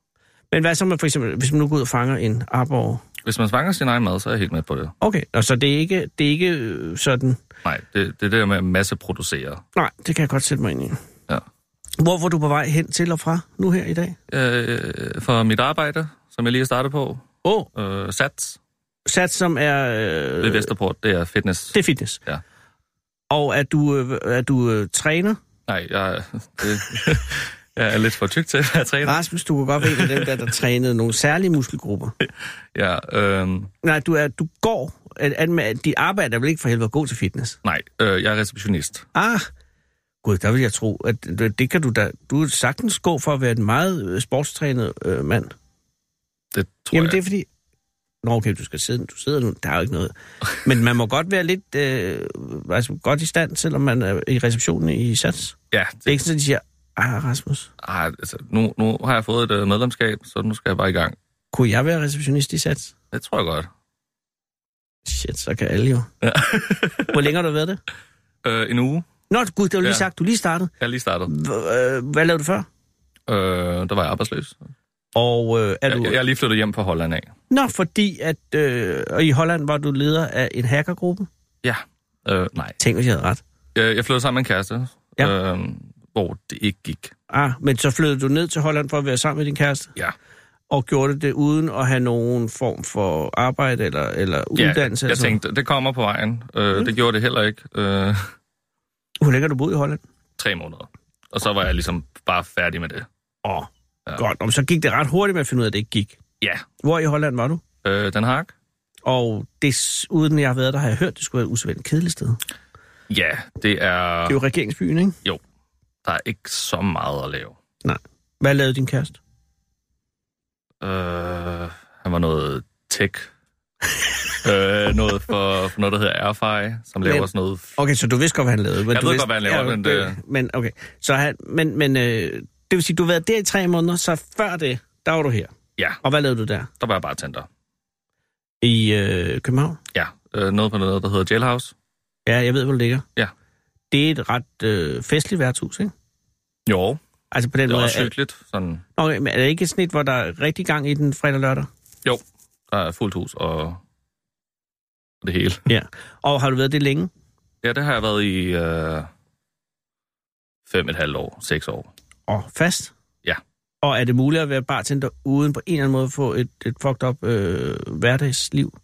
S4: Men hvad så med for eksempel, hvis man nu går ud og fanger en arbor?
S6: Hvis man svanger sin egen mad, så er jeg helt med på det.
S4: Okay, og så det er ikke, det er ikke øh, sådan...
S6: Nej, det, det er det der med at masseproducere.
S4: Nej, det kan jeg godt sætte mig ind i.
S6: Ja.
S4: Hvor var du på vej hen til og fra nu her i dag?
S6: Øh, for mit arbejde, som jeg lige har startet på,
S4: Åh, oh,
S6: øh, SATS
S4: sat som er...
S6: ved
S4: Øh,
S6: Vesterport, det er fitness.
S4: det er fitness.
S6: Ja.
S4: Og at du, øh, at du øh, træner?
S6: Nej, jeg, det, jeg er lidt for tyk til at være træner.
S4: Rasmus, du kunne godt være en af dem, der, der trænede nogle særlige muskelgrupper.
S6: Ja, øh,
S4: Nej, du, er, du går... At, at, at dit arbejde er vel ikke for helvede god til fitness?
S6: nej, øh, jeg er receptionist.
S4: Ah, gud, der vil jeg tro, at det- det kan du da... Du er sagtens gå for at være en meget øh, sportstrænet øh, mand.
S6: Det tror
S4: Jamen,
S6: jeg.
S4: det er fordi... Nå, okay, du skal sidde, du sidder nu, der er jo ikke noget. Men man må godt være lidt øh, altså, godt i stand, selvom man er i receptionen i SATS.
S6: Ja,
S4: Det er
S6: det,
S4: ikke sådan, at de siger, ah, Rasmus,
S6: ah, altså, nu, nu har jeg fået et øh, medlemskab, så nu skal jeg bare i gang.
S4: kunne jeg være receptionist i SATS?
S6: Det tror jeg godt.
S4: Shit, så kan alle jo.
S6: Ja.
S4: Hvor længe har du været det?
S6: øh, en uge,
S4: Nå, gud, det var lige
S6: Ja.
S4: sagt, du er lige startede.
S6: jeg er lige startet.
S4: H- øh, hvad lavede du før?
S6: Øh, der var jeg arbejdsløs.
S4: Og øh, er
S6: Jeg,
S4: du...
S6: jeg, jeg er lige flyttet hjem fra Holland af.
S4: Nå, fordi at øh, og i Holland var du leder af en hackergruppe.
S6: Ja. Øh, nej, Øh,
S4: Tænk, hvis jeg havde ret.
S6: jeg, jeg flyttede sammen med en kæreste,
S4: Ja.
S6: øh, hvor det ikke gik.
S4: Ah, men så flyttede du ned til Holland for at være sammen med din kæreste?
S6: Ja.
S4: og gjorde det, det uden at have nogen form for arbejde eller, eller
S6: Ja,
S4: uddannelse? Mm.
S6: jeg
S4: eller sådan
S6: tænkte, det kommer på vejen. Øh, Det gjorde det heller ikke. Øh,
S4: Hvor længe har du boet i Holland?
S6: tre måneder. Og så var jeg ligesom bare færdig med det.
S4: Åh, oh,
S6: Ja.
S4: ja. godt. Om så gik det ret hurtigt med at finde ud af, at det ikke gik.
S6: Ja,
S4: Hvor i Holland var du?
S6: øh, Den Haag.
S4: Og des, uden jeg har været der, har jeg hørt, det skulle være et usædvanligt kedeligt sted. Det
S6: Ja, det er...
S4: er jo regeringsbyen, ikke?
S6: Der er ikke så meget at lave.
S4: Hvad lavede din kæreste?
S6: Øh, han var noget tech. øh, noget for, for noget, der hedder Airfy, som laver
S4: Men-
S6: sådan noget... f-
S4: Okay, så du vidste godt, hvad han lavede. Men
S6: Jeg
S4: du
S6: ved
S4: vidste,
S6: godt, hvad han laver, men det-
S4: men okay. Så han, men, men øh, det vil sige, du har været der i tre måneder, så før det, der var du her.
S6: Ja,
S4: Og hvad lavede du der?
S6: der var jeg bare tænder.
S4: I øh, København?
S6: Ja, øh, noget på noget, der hedder Jailhouse.
S4: Ja, jeg ved, hvor det ligger.
S6: Ja.
S4: Det er et ret øh, festligt værtshus, ikke?
S6: Jo,
S4: Altså på den
S6: det er
S4: måde...
S6: også
S4: er-
S6: hyggeligt. Sådan,
S4: Okay, men er det ikke sådan et, hvor der er rigtig gang i den fredag og lørdag?
S6: der er fuldt hus og, og det hele.
S4: Og har du været det længe?
S6: Ja, det har jeg været i øh, fem et halvt år, seks år.
S4: Og fast?
S6: Ja.
S4: Og er det muligt at være bartender uden på en eller anden måde at få et, et fucked up øh, hverdagsliv?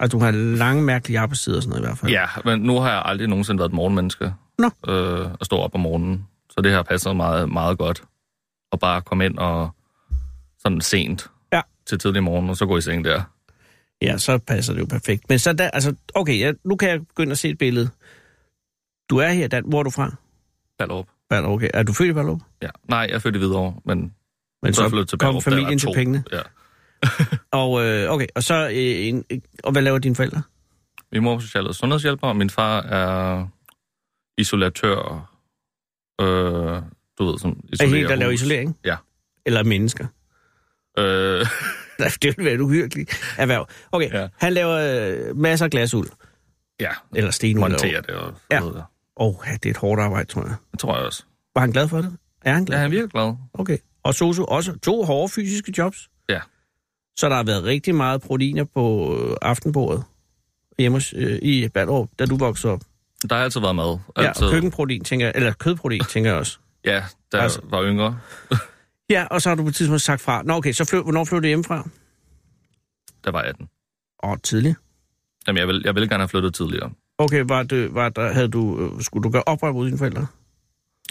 S4: Altså, du har lange, mærkelige arbejdstider og sådan noget i hvert fald.
S6: Ja, men nu har jeg aldrig nogensinde været et morgenmenneske.
S4: Nå.
S6: Øh, og stå op om morgenen. Så det har passet meget, meget godt. Og bare komme ind og sådan sent
S4: Ja.
S6: til tidlig morgen, og så gå i seng der.
S4: ja, så passer det jo perfekt. Men så der, altså, okay, ja, nu kan jeg begynde at se et billede. Du er her, i Dan. Hvor er du fra?
S6: Ballerup.
S4: Ballerup, Okay, er du født i Ballerup?
S6: Ja. Nej, jeg er født i Hvidovre, men,
S4: Men
S6: så, er
S4: så
S6: jeg flyttet til
S4: kom
S6: Ballerup, da jeg var
S4: familien til
S6: to.
S4: pengene.
S6: Ja.
S4: Og, øh, okay, og så, øh, en, og hvad laver dine forældre?
S6: Min mor er social- og sundhedshjælper, og min far er isolatør. Øh, du ved, sådan
S4: Er
S6: isolerer
S4: helt, der laver
S6: hus.
S4: isolering?
S6: Ja.
S4: Eller mennesker?
S6: Øh,
S4: Nej, Det ville være et uhyrkeligt erhverv. Okay,
S6: Ja.
S4: ja. han laver øh, masser af glasuld.
S6: ja,
S4: Eller stenuld.
S6: monterer det og
S4: Ja.
S6: ja. noget der.
S4: Åh, oh, ja, det er et hårdt arbejde, tror jeg.
S6: Det tror jeg også.
S4: Var han glad for det? Er han glad?
S6: Ja, han er virkelig glad.
S4: Okay. Og Soso også to hårde fysiske jobs.
S6: Ja.
S4: Så der har været rigtig meget proteiner på øh, aftenbordet hjemme hos, øh, i Ballerup, da du voksede op.
S6: Der har altid været mad.
S4: Ja,
S6: Altid.
S4: og køkkenprotein, tænker jeg, eller kødprotein, tænker jeg også.
S6: Ja, der
S4: Altså-
S6: altså... var yngre.
S4: Ja, og så har du på et tidspunkt sagt fra. Nå okay, så flyt, hvornår flyttede du hjemmefra?
S6: Der var 18.
S4: Åh, tidligt.
S6: Jamen, jeg ville, jeg ville gerne have flyttet tidligere.
S4: Okay, var det, var der, havde du, øh, skulle du gøre oprør mod dine forældre?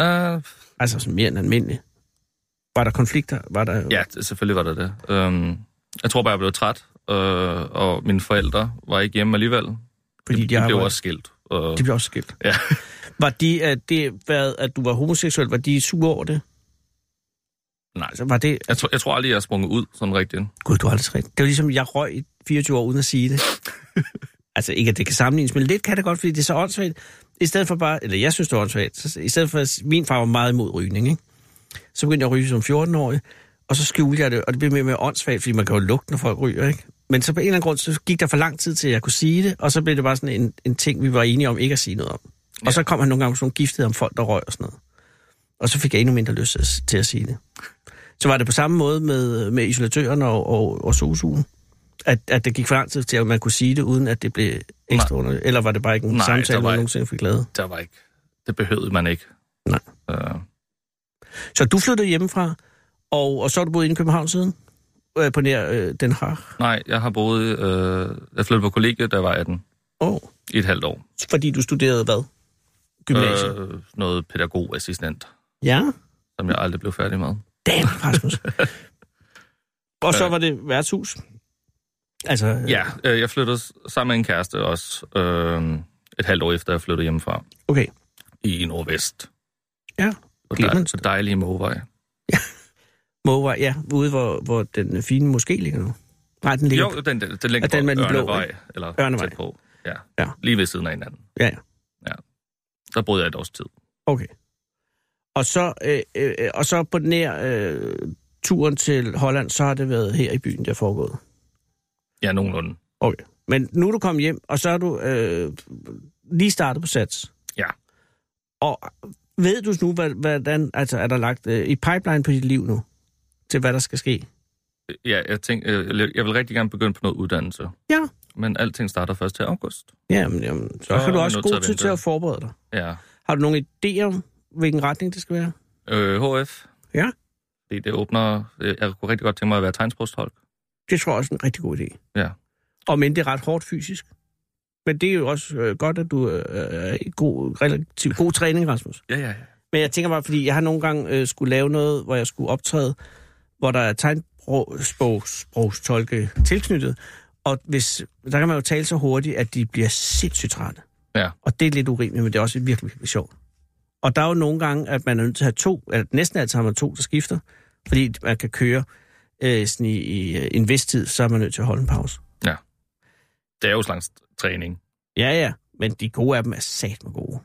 S6: Uh,
S4: Altså sådan mere end almindeligt. Var der konflikter? Var der...
S6: ja, det- selvfølgelig var der det. Um, jeg tror bare, jeg blev træt, øh, og mine forældre var ikke hjemme alligevel.
S4: Fordi
S6: De blev
S4: arbejdede-
S6: også skilt. Og...
S4: De blev også skilt.
S6: Ja.
S4: Var de, at, det, hvad, at du var homoseksuel, var de sure over det?
S6: Nej,
S4: Altså, var det...
S6: jeg, tror, jeg tror aldrig, jeg er sprunget ud sådan rigtigt.
S4: Gud, du har aldrig rigtigt. Det var ligesom, jeg røg i 24 år uden at sige det. altså, ikke at det kan sammenlignes, men lidt kan det godt, fordi det er så åndssvagt. I stedet for bare... Eller jeg synes, det er åndssvagt. Så, I stedet for... at s- Min far var meget imod rygning, ikke? Så begyndte jeg at ryge som 14-årig, og så skjulte jeg det, og det blev mere og mere åndssvagt, fordi man kan jo lugte, når folk ryger, ikke? Men så på en eller anden grund, så gik der for lang tid til, at jeg kunne sige det, og så blev det bare sådan en, en ting, vi var enige om ikke at sige noget om. Og så kom han nogle gange med sådan nogle giftede om folk, der røg og sådan noget. Og så fik jeg endnu mindre lyst til at- til at sige det. Så var det på samme måde med, med isolatøren og, og, og sosugen? At, at det gik for lang tid til, at man kunne sige det, uden at det blev ekstra underligt? Eller var det bare ikke en
S6: Nej,
S4: Nej,
S6: der
S4: samtale,
S6: var
S4: man
S6: ikke-
S4: nogensinde fik lavet?
S6: Der var ikke... Det behøvede man ikke.
S4: Nej.
S6: Uh,
S4: Så du flyttede hjemmefra, og, og så har du boet inde i København siden? Øh, på nær øh, Den Haag?
S6: nej, jeg har boet... Øh, jeg flyttede på kollegiet, da jeg var 18.
S4: Oh.
S6: I et halvt år.
S4: Fordi du studerede hvad? Gymnasiet? Øh.
S6: Øh, noget pædagogassistent,
S4: Ja?
S6: som jeg aldrig blev færdig med.
S4: Damn, Rasmus. og så
S6: Øh.
S4: var det værtshus? Altså, øh,
S6: Ja, øh, jeg flyttede s- sammen med en kæreste også øh, et halvt år efter, jeg flyttede hjemmefra
S4: okay.
S6: i Nordvest.
S4: Ja,
S6: På, dej,
S4: Clemens.
S6: på dejlige Måvej.
S4: Måvej, ja, ude hvor, hvor den fine moské ligger nu. Nej, den ligger
S6: Jo, den, den, den ligger
S4: Og den
S6: på
S4: med den blå,
S6: Ørnevej,
S4: ikke?
S6: eller
S4: Ørnevej.
S6: tæt på. Ja,
S4: Ja.
S6: ja, lige ved siden af hinanden.
S4: Ja, ja.
S6: Der boede jeg et års tid.
S4: Okay. Og så, øh, øh, og så på den her øh, turen til Holland, så har det været her i byen, der er foregået.
S6: Ja, nogenlunde.
S4: Okay. Men nu er du kommet hjem, og så er du øh, lige startet på sats.
S6: Ja.
S4: Og ved du nu, hvad- hvordan, altså er der lagt øh, i pipeline på dit liv nu, til hvad der skal ske?
S6: Ja, jeg tænkte, øh, jeg vil rigtig gerne begynde på noget uddannelse.
S4: Ja.
S6: Men alting starter først til august.
S4: Jamen, jamen så
S6: Så
S4: har du
S6: er
S4: også
S6: man nødt til
S4: god
S6: at
S4: tid
S6: vente.
S4: til at forberede dig.
S6: Ja.
S4: Har du nogen idé om, hvilken retning det skal være?
S6: Øh, HF.
S4: Ja.
S6: Det, det åbner... øh, Jeg kunne rigtig godt tænke mig at være tegnsprogstolk.
S4: Det tror jeg også er en rigtig god idé.
S6: Ja.
S4: Og men det er ret hårdt fysisk. Men det er jo også øh, godt, at du øh, er i god, relativt god træning, Rasmus.
S6: Ja, ja, ja.
S4: Men jeg tænker bare, fordi jeg har nogle gange øh, skulle lave noget, hvor jeg skulle optræde, hvor der er tegnsprogstolke tilknyttet. Og hvis, der kan man jo tale så hurtigt, at de bliver sindssygt trætte.
S6: Ja.
S4: Og det er lidt urimeligt, men det er også virkelig, virkelig sjovt. Og der er jo nogle gange, at man er nødt til at have to, eller næsten altid har man to, der skifter, fordi man kan køre øh, sådan i, i øh, en vis tid, så er man nødt til at holde en pause.
S6: Det er jo slags træning.
S4: Ja, ja, men de gode af dem er satme gode.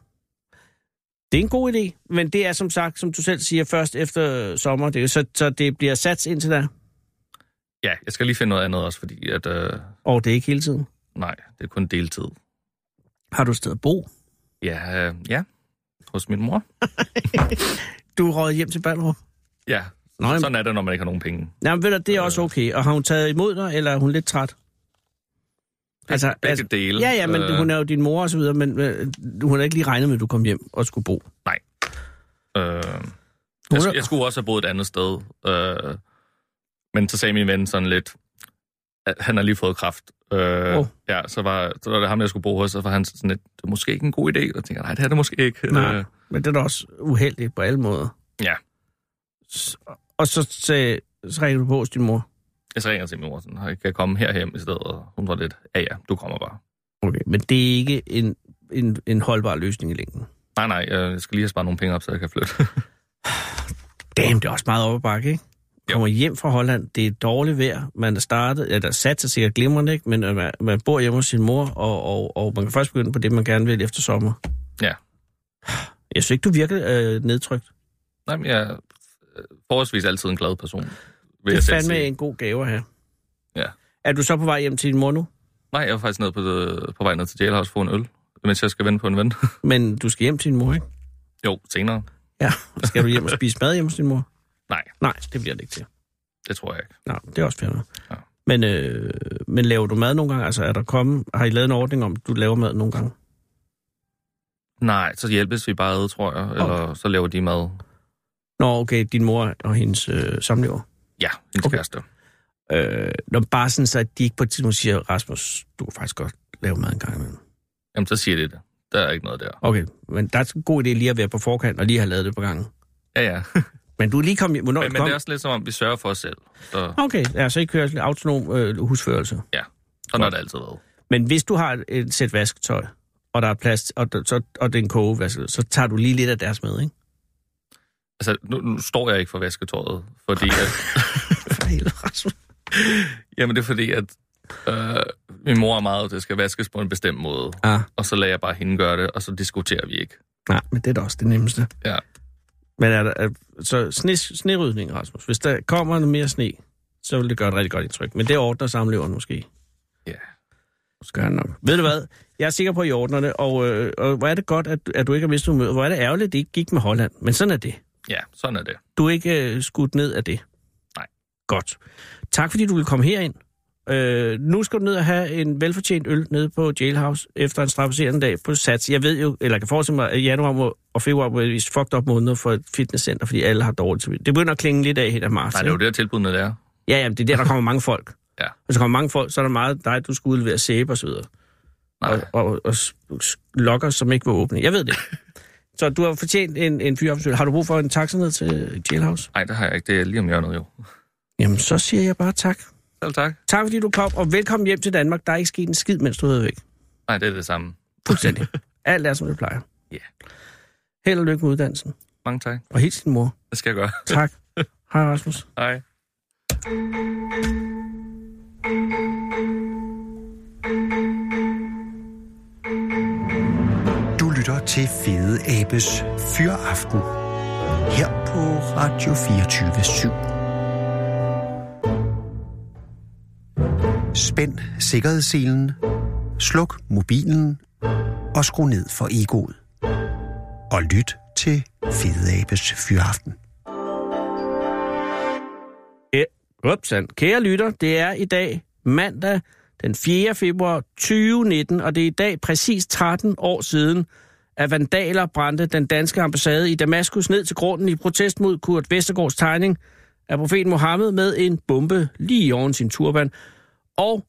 S4: Det er en god idé, men det er som sagt, som du selv siger, først efter sommer, det er, jo så, så det bliver sats indtil da,
S6: Ja, jeg skal lige finde noget andet også, fordi at... Øh,
S4: og det er ikke hele tiden.
S6: nej, det er kun deltid.
S4: Har du et sted at bo?
S6: Ja, øh, ja. Hos min mor.
S4: Du er røget hjem til Ballerup.
S6: Ja.
S4: Nå, jamen.
S6: Sådan er det, når man ikke har nogen penge.
S4: Nej, men ved du, det er også okay. Og har hun taget imod dig, eller er hun lidt træt? Altså,
S6: Begge dele.
S4: Ja, ja, men
S6: Øh.
S4: hun er jo din mor og så videre, men øh, hun har ikke lige regnet med, at du kom hjem og skulle bo.
S6: Øh,
S4: Hun
S6: jeg,
S4: er-
S6: jeg skulle også have boet et andet sted. Øh, men så sagde min ven sådan lidt, at han har lige fået kraft. Øh,
S4: Åh.
S6: oh. Ja, så var, så var det ham, jeg skulle bo hos, og så var han sådan lidt, det er måske ikke en god idé. Og jeg tænker, nej, det er det måske ikke.
S4: Nej.
S6: Øh,
S4: Men det er da også uheldigt på alle måder.
S6: Ja.
S4: S- og så, sagde, så ringede du på hos din mor.
S6: jeg så ringer til min mor, sådan, kan jeg komme herhjem i stedet? Og hun var lidt, ja ja, du kommer bare.
S4: Okay. Men det er ikke en, en, en holdbar løsning i længden.
S6: Nej, nej, øh, jeg skal lige have sparet nogle penge op, så jeg kan flytte.
S4: Damn, det er også meget op ad bakke, ikke?
S6: Jo.
S4: Kommer hjem fra Holland, det er dårligt vejr. Man er startet, eller sat sig sikkert glimrende, ikke? Men øh, man, man bor hjemme hos sin mor, og, og, og man kan først begynde på det, man gerne vil efter sommer.
S6: Ja.
S4: Jeg synes ikke, du virker øh, nedtrykt.
S6: nej, men jeg er forholdsvis altid en glad person. Vil
S4: Det
S6: jeg
S4: er
S6: selv
S4: fandme
S6: sige.
S4: en god gave her.
S6: Ja.
S4: Er du så på vej hjem til din mor nu?
S6: Nej, jeg var faktisk ned på, det, på vej ned til Jailhouse for en øl, mens jeg skal vente på en ven.
S4: Men du skal hjem til din mor, ikke?
S6: jo, senere.
S4: Ja. Skal du hjem og spise mad hjemme hos din mor?
S6: Nej,
S4: Nej, det bliver det ikke til.
S6: det tror jeg ikke.
S4: Nej, det er også fair nok.
S6: Ja.
S4: Men, øh, men laver du mad nogle gange? Altså, er der kommet, har I lavet en ordning om, at du laver mad nogle gange?
S6: Nej, så hjælpes vi bare ad, tror jeg. Eller så laver de mad.
S4: Nå, okay, din mor og hendes øh, samlever.
S6: Ja,
S4: Okay.
S6: hendes okay. kæreste.
S4: Øh, når bare sådan, så at de ikke på et tidspunkt siger, Rasmus, du kan faktisk godt lave mad en gang imellem.
S6: Jamen, så siger de det. Der er ikke noget der.
S4: Okay, men der er en god idé lige at være på forkant og lige have lavet det på gangen.
S6: Ja, ja.
S4: Men du er lige kommet hjem. Hvornår er
S6: men,
S4: du
S6: men det
S4: kom?
S6: er også lidt som om, vi sørger for os selv. Så,
S4: Okay, ja, så I kører sådan en autonom øh, husførelse.
S6: ja, sådan har det altid været.
S4: Men hvis du har et- et sæt vasketøj, og der er plads, og, der- så, og det er en kogevask, så tager du lige lidt af deres med, ikke?
S6: Altså, nu, nu står jeg ikke for vasketøjet, fordi at,
S4: For helvede, Rasmus.
S6: jamen, det er fordi, at øh, min mor er meget, det skal vaskes på en bestemt måde.
S4: Ah,
S6: Og så lader jeg bare hende gøre det, og så diskuterer vi ikke.
S4: nej, men det er da også det nemmeste.
S6: Ja.
S4: Men er der, er, så sne, snerydning, Rasmus. Hvis der kommer noget mere sne, så vil det gøre et rigtig godt indtryk. Men det ordner samleveren måske.
S6: Ja.
S4: Måske han nok. Ved du hvad? Jeg er sikker på, at I ordner det, og, øh, og hvor er det godt, at, du- at du ikke har mistet humøret. Hvor er det ærgerligt, at det ikke gik med Holland. Men sådan er det.
S6: Ja, sådan er det.
S4: Du er ikke øh, skudt ned af det?
S6: Nej.
S4: Godt. Tak fordi du ville komme herind. Øh, nu skal du ned og have en velfortjent øl nede på Jailhouse efter en strafbaserende dag på Sats. Jeg ved jo, eller jeg kan forestille mig, at januar må- og februar må være fucked op måneder for et fitnesscenter, fordi alle har dårligt til Det begynder at klinge lidt af hen ad marts.
S6: Nej, det er jo
S4: ikke?
S6: det, tilbudene er.
S4: Ja, jamen, det er der, der kommer mange folk.
S6: Ja.
S4: Hvis der kommer mange folk, så er der meget dig, du skal udlevere sæbe og så videre.
S6: Nej.
S4: Og, og, og s- s- lokker, som ikke vil åbne. Jeg ved det. så du har fortjent en, en fyraftøl. Har du brug for en taxa ned til Jailhouse?
S6: Nej, det har jeg ikke. Det er lige om hjørnet, jo.
S4: Jamen, så siger jeg bare tak.
S6: Selv tak.
S4: Tak fordi du kom, og velkommen hjem til Danmark. Der er ikke sket en skid, mens du havde væk.
S6: Nej, det er det samme.
S4: Fuldstændig. Alt er, som det plejer.
S6: Ja.
S4: Held og lykke med uddannelsen.
S6: Mange tak.
S4: Og hils din mor.
S6: Det skal jeg gøre.
S4: Tak. Hej, Rasmus.
S6: Hej.
S2: Du lytter til Fede Abes Fyraften her på Radio 24 Spænd sikkerhedsselen, sluk mobilen og skru ned for egoet. Og lyt til Fede Abes Fyraften.
S4: Upsan. Kære lytter, det er i dag mandag den 4. februar 2019, og det er i dag præcis 13 år siden, at vandaler brændte den danske ambassade i Damaskus ned til grunden i protest mod Kurt Vestergaards tegning af profeten Mohammed med en bombe lige oven sin turban. Og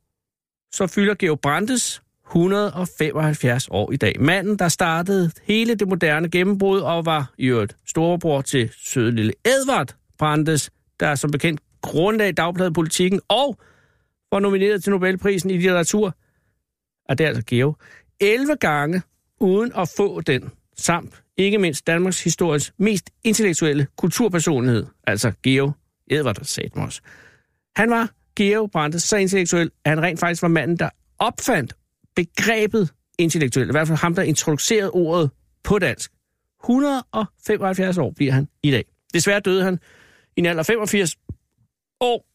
S4: så fylder Georg Brandes 175 år i dag. Manden, der startede hele det moderne gennembrud og var i øvrigt storebror til søde lille Edvard Brandes, der som bekendt grundlag i Dagbladet Politikken og var nomineret til Nobelprisen i litteratur, og det er altså Geo, 11 gange uden at få den, samt ikke mindst Danmarks historiens mest intellektuelle kulturpersonlighed, altså Geo Edvard Satmos. Han var Geo Brandes så intellektuel, at han rent faktisk var manden, der opfandt begrebet intellektuel, i hvert fald ham, der introducerede ordet på dansk. 175 år bliver han i dag. Desværre døde han i en alder af 85 år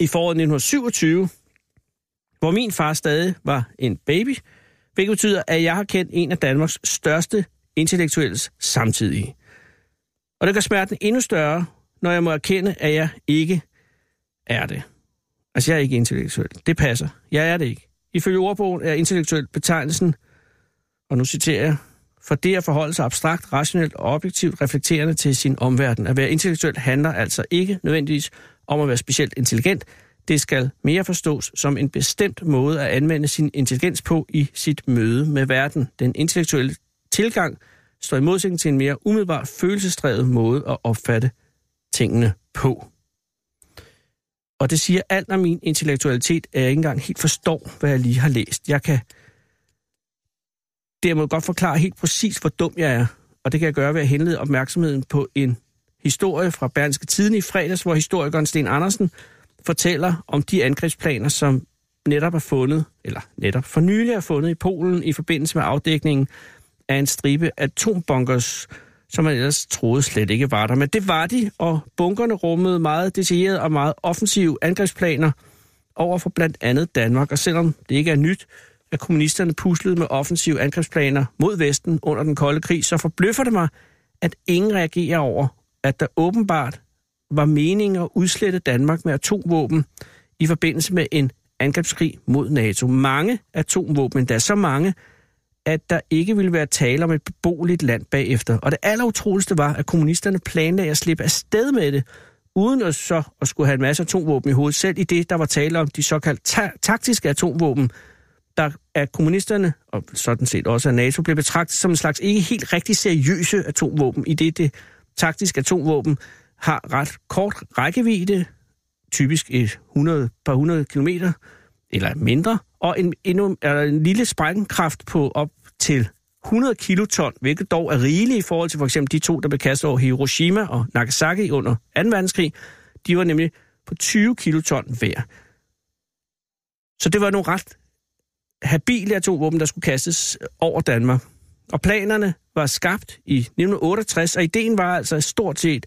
S4: i foråret 1927, hvor min far stadig var en baby, hvilket betyder, at jeg har kendt en af Danmarks største intellektuelles samtidige. Og det gør smerten endnu større, når jeg må erkende, at jeg ikke er det. Altså, jeg er ikke intellektuel. Det passer. Jeg er det ikke. Ifølge ordbogen er intellektuel betegnelsen, og nu citerer jeg, for det at forholde sig abstrakt, rationelt og objektivt reflekterende til sin omverden. At være intellektuel handler altså ikke nødvendigvis om at være specielt intelligent. Det skal mere forstås som en bestemt måde at anvende sin intelligens på i sit møde med verden. Den intellektuelle tilgang står i modsætning til en mere umiddelbart følelsesdrevet måde at opfatte tingene på. Og det siger alt om min intellektualitet, at jeg ikke engang helt forstår, hvad jeg lige har læst. Jeg kan derimod godt forklare helt præcis, hvor dum jeg er. Og det kan jeg gøre ved at henlede opmærksomheden på en historie fra Berlingske Tiden i fredags, hvor historikeren Sten Andersen fortæller om de angrebsplaner, som netop er fundet, eller netop for nylig er fundet i Polen i forbindelse med afdækningen af en stribe atombunkers, som man ellers troede slet ikke var der. Men det var de, og bunkerne rummede meget detaljerede og meget offensive angrebsplaner over for blandt andet Danmark. Og selvom det ikke er nyt, at kommunisterne puslede med offensive angrebsplaner mod Vesten under den kolde krig, så forbløffer det mig, at ingen reagerer over, at der åbenbart var meningen at udslette Danmark med atomvåben i forbindelse med en angrebskrig mod NATO. Mange atomvåben, endda så mange, at der ikke ville være tale om et beboeligt land bagefter. Og det allerutroligste var, at kommunisterne planlagde at slippe afsted med det, uden at så at skulle have en masse atomvåben i hovedet, selv i det, der var tale om de såkaldt ta- taktiske atomvåben, der af kommunisterne, og sådan set også af NATO, blev betragtet som en slags ikke helt rigtig seriøse atomvåben, i det det taktiske atomvåben har ret kort rækkevidde, typisk et 100, par 100 kilometer, eller mindre, og en, endnu, eller en lille sprængkraft på op til 100 kiloton, hvilket dog er rigeligt i forhold til for eksempel de to, der blev kastet over Hiroshima og Nagasaki under 2. verdenskrig. De var nemlig på 20 kiloton hver. Så det var nogle ret habile atomvåben, der skulle kastes over Danmark. Og planerne var skabt i 1968, og ideen var altså stort set,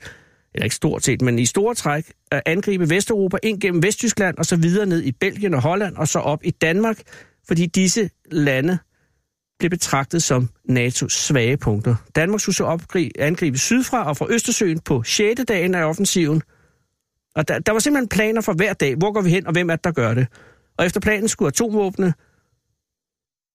S4: eller ikke stort set, men i store træk, at angribe Vesteuropa ind gennem Vesttyskland og så videre ned i Belgien og Holland og så op i Danmark, fordi disse lande blev betragtet som NATO's svage punkter. Danmark skulle så opgri- angribe sydfra og fra Østersøen på 6. dagen af offensiven. Og der, der var simpelthen planer for hver dag. Hvor går vi hen, og hvem er det, der gør det? Og efter planen skulle atomvåbne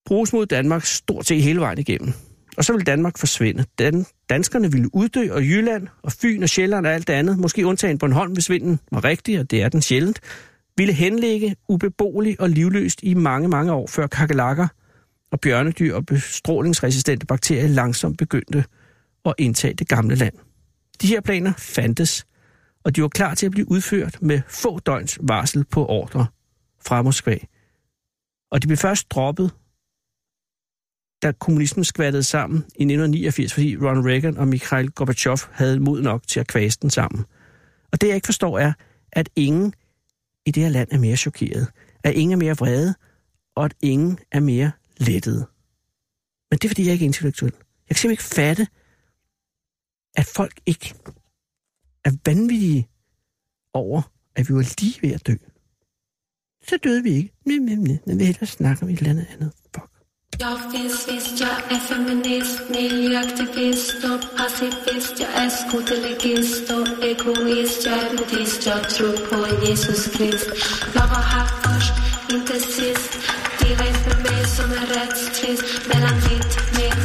S4: bruges mod Danmark stort set hele vejen igennem. Og så ville Danmark forsvinde. Dan- danskerne ville uddø, og Jylland og Fyn og Sjælland og alt det andet, måske undtagen Bornholm, hvis vinden var rigtig, og det er den sjældent, ville henlægge ubeboeligt og livløst i mange, mange år, før kakelakker og bjørnedyr og bestrålingsresistente bakterier langsomt begyndte at indtage det gamle land. De her planer fandtes, og de var klar til at blive udført med få døgns varsel på ordre fra Moskva. Og de blev først droppet da kommunismen skvattede sammen i 1989, fordi Ronald Reagan og Mikhail Gorbachev havde mod nok til at kvæse den sammen. Og det jeg ikke forstår er, at ingen i det her land er mere chokeret, at ingen er mere vrede, og at ingen er mere lettet. Men det er fordi, jeg ikke er intellektuel. Jeg kan simpelthen ikke fatte, at folk ikke er vanvittige over, at vi var lige ved at dø. Så døde vi ikke. Nej, nej, nej. Men vi hellere snakker om et eller andet andet. Fuck.
S7: Jag finns visst, jag är feminist, miljöaktivist och pacifist. Jag är skotelegist och egoist. Jag är buddhist, jag tror på Jesus Krist. Jag var här först, inte sist. Det är för mig som en rättstvist mellan ditt, mitt,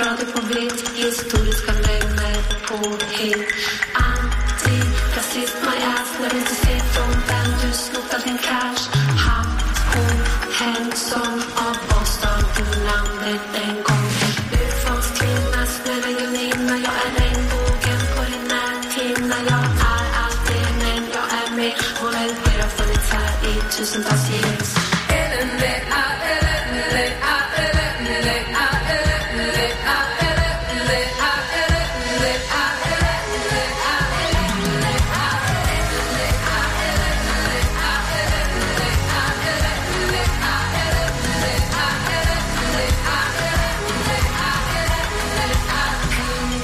S7: radio på vitt, historiska lögner på hit. Antirasist, my ass, när du inte ser från vem du snott all din cash. Han, hon, hen, som av tusind patiens.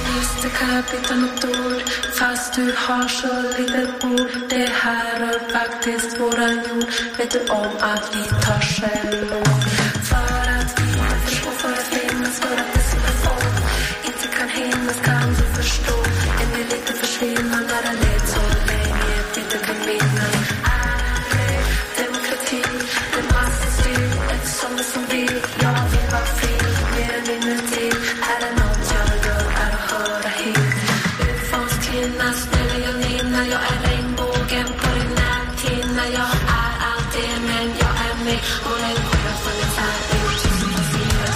S7: Visst är kapitan något ord Fast du har så lite ord Det här rör faktiskt våran jord Vet du om att vi tar självmord För att vi inte förstår för att finnas För att det som är få Inte kan hinnas kan du förstå En del lite försvinna När den levt så länge att inte kan minnas Är det demokrati? Det är massstyr Eftersom det som vill Jag vill vara fri Mer än inuti Är det något jag gör är att höra hit Urfolkskvinnas millioninna Jag är regnbågen på din näthinna Jag är allt det men jag är mig Och den kommer från en färdig Tusen på fyra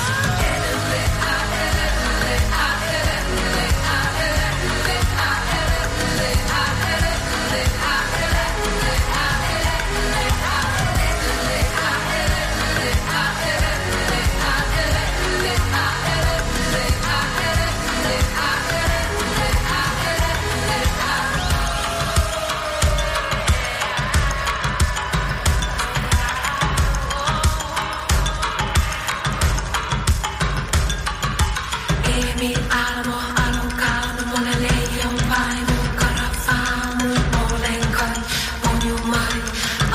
S7: Emi amo, amo, kamo, mona legion, pai, mo carafamo, molen kai, monju mai,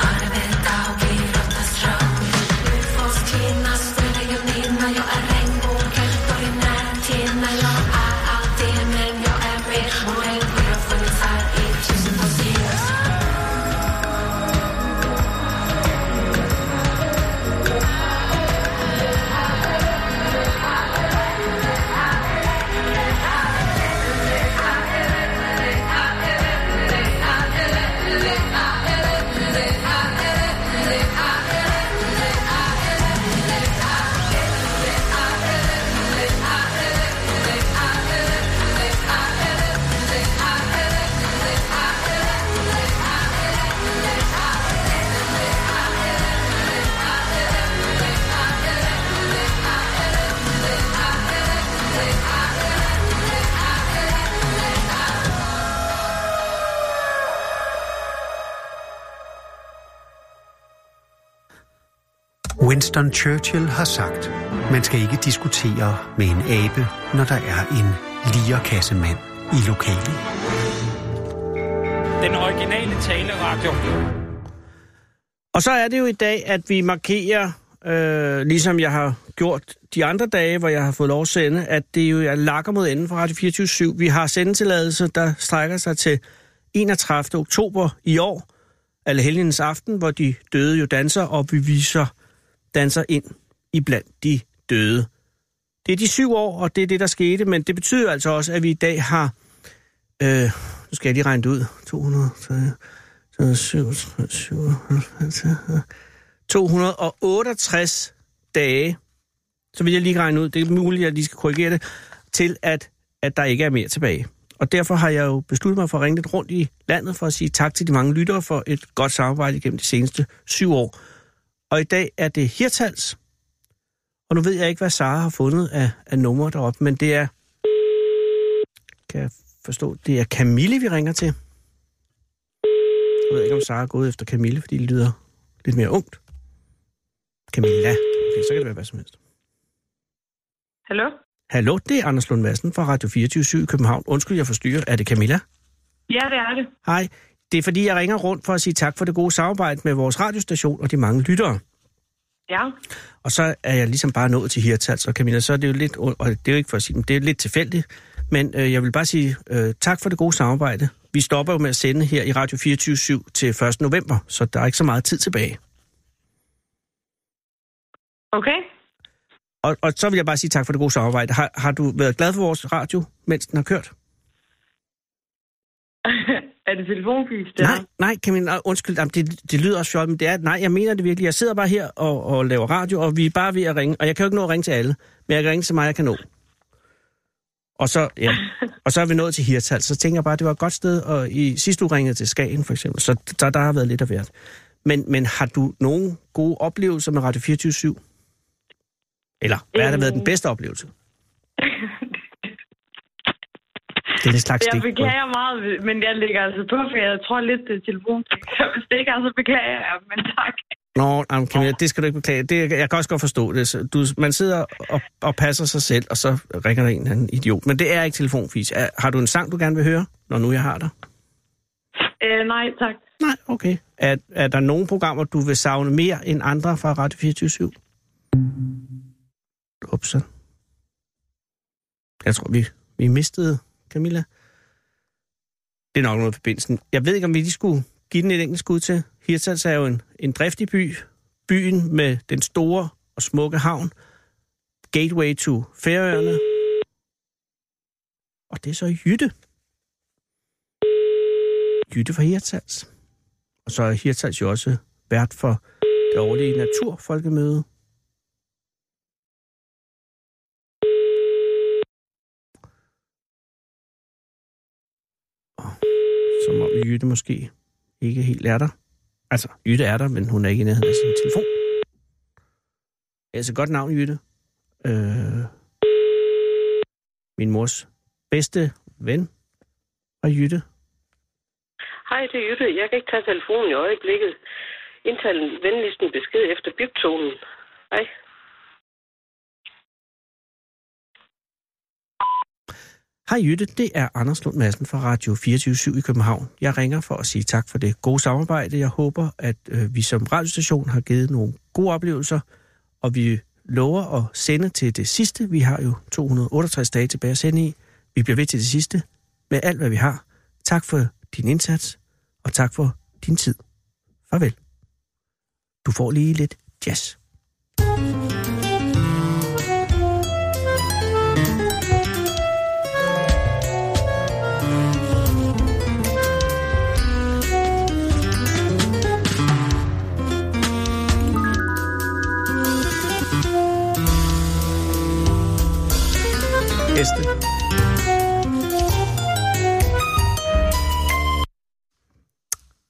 S7: arveta och girata ström. Ufos kinnas, religioninna, jag är regnbågen, borginärtinna, jag är allt det, men jag är med, och en skit har funnits här i tusen årtionden.
S2: Winston Churchill har sagt, man skal ikke diskutere med en abe, når der er en lierkassemand i lokalet.
S8: Den originale taleradio.
S4: Og så er det jo i dag, at vi markerer, øh, ligesom jeg har gjort de andre dage, hvor jeg har fået lov at sende, at det jo er lakker mod enden for Radio 24 Vi har sendetilladelser, der strækker sig til 31. oktober i år, alle helgens aften, hvor de døde jo danser, og vi viser danser ind i blandt de døde. Det er de syv år, og det er det, der skete, men det betyder altså også, at vi i dag har... Øh, nu skal jeg lige regne det ud. 200, 268 dage, så vil jeg lige regne ud, det er muligt, at jeg lige skal korrigere det, til at, at der ikke er mere tilbage. Og derfor har jeg jo besluttet mig for at ringe lidt rundt i landet for at sige tak til de mange lyttere for et godt samarbejde gennem de seneste syv år. Og i dag er det Hirtals, og nu ved jeg ikke, hvad Sara har fundet af, af numre deroppe, men det er, kan jeg forstå, det er Camille, vi ringer til. Jeg ved ikke, om Sara er gået efter Camille, fordi det lyder lidt mere ungt. Camilla. Okay, så kan det være hvad som helst.
S9: Hallo?
S4: Hallo, det er Anders Lund Madsen fra Radio 24 i København. Undskyld, jeg forstyrrer. Er det Camilla?
S9: Ja, det er det.
S4: Hej. Det er fordi, jeg ringer rundt for at sige tak for det gode samarbejde med vores radiostation og de mange lyttere.
S9: Ja.
S4: Og så er jeg ligesom bare nået til Hirtals, og Camilla, så er det jo lidt, og det er jo ikke for at sige, men det er lidt tilfældigt, men øh, jeg vil bare sige øh, tak for det gode samarbejde. Vi stopper jo med at sende her i Radio 24 til 1. november, så der er ikke så meget tid tilbage.
S9: Okay.
S4: Og, og så vil jeg bare sige tak for det gode samarbejde. Har, har du været glad for vores radio, mens den har kørt?
S9: er det telefonfis, det
S4: Nej,
S9: her?
S4: nej, Camilla, nej, undskyld, jamen, det, det lyder også fjollet, men det er, nej, jeg mener det virkelig. Jeg sidder bare her og, og laver radio, og vi er bare ved at ringe, og jeg kan jo ikke nå at ringe til alle, men jeg kan ringe til mig, jeg kan nå. Og så, ja, og så er vi nået til Hirtals, så tænker jeg bare, at det var et godt sted, og i sidste uge ringede jeg til Skagen for eksempel, så der, der har været lidt af hvert. Men, men har du nogen gode oplevelser med Radio 24 Eller hvad har der været den bedste oplevelse? Det er en slags
S9: Jeg
S4: stik.
S9: beklager meget, men jeg ligger altså på, for jeg tror lidt, det er telefon. Så hvis det ikke er, så beklager jeg, men tak.
S4: Nå, jamen, Camilla, det skal du ikke beklage. Det, jeg kan også godt forstå det. Så Du, man sidder og, og passer sig selv, og så ringer der en eller anden idiot. Men det er ikke telefonfis. Er- Har du en sang, du gerne vil høre, når nu jeg har dig?
S9: Øh, nej, tak.
S4: Nej, okay. Er, er der nogle programmer, du vil savne mere end andre fra Radio 24 Upsa. Jeg tror, vi, vi mistede Camilla. Det er nok noget i forbindelsen. Jeg ved ikke, om vi lige skulle give den et enkelt skud til. Hirtshals er jo en, en driftig by. Byen med den store og smukke havn. Gateway to Færøerne. Og det er så Jytte. Jytte fra Hirtshals. Og så er Hirtshals jo også vært for det årlige naturfolkemøde. Og Som om Jytte måske ikke helt er der. Altså, Jytte er der, men hun er ikke i nærheden af sin telefon. Altså, godt navn, Jytte. Øh, min mors bedste ven var Jytte.
S10: Hej, det er Jytte. Jeg kan ikke tage telefonen i øjeblikket. Indtal venligst en besked efter biptonen. Hej.
S4: Hej Jytte, det er Anders Lund Madsen fra Radio 24 i København. Jeg ringer for at sige tak for det gode samarbejde. Jeg håber, at øh, vi som radiostation har givet nogle gode oplevelser, og vi lover at sende til det sidste. Vi har jo 268 dage tilbage at sende i. Vi bliver ved til det sidste med alt, hvad vi har. Tak for din indsats, og tak for din tid. Farvel. Du får lige lidt jazz. Heste.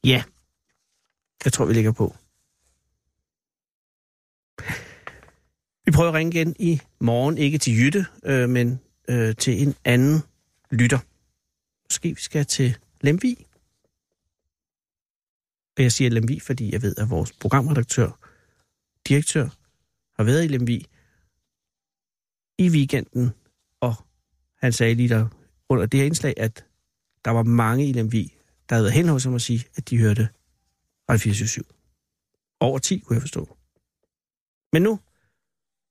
S4: Ja. Jeg tror, vi ligger på. Vi prøver at ringe igen i morgen. Ikke til Jytte, øh, men øh, til en anden lytter. Måske vi skal til Lemvi. Og jeg siger Lemvi, fordi jeg ved, at vores programredaktør, direktør, har været i Lemvi i weekenden og han sagde lige der under det her indslag, at der var mange i Lemvi, der havde været hen hos ham og sige, at de hørte Radio 477. Over 10, kunne jeg forstå. Men nu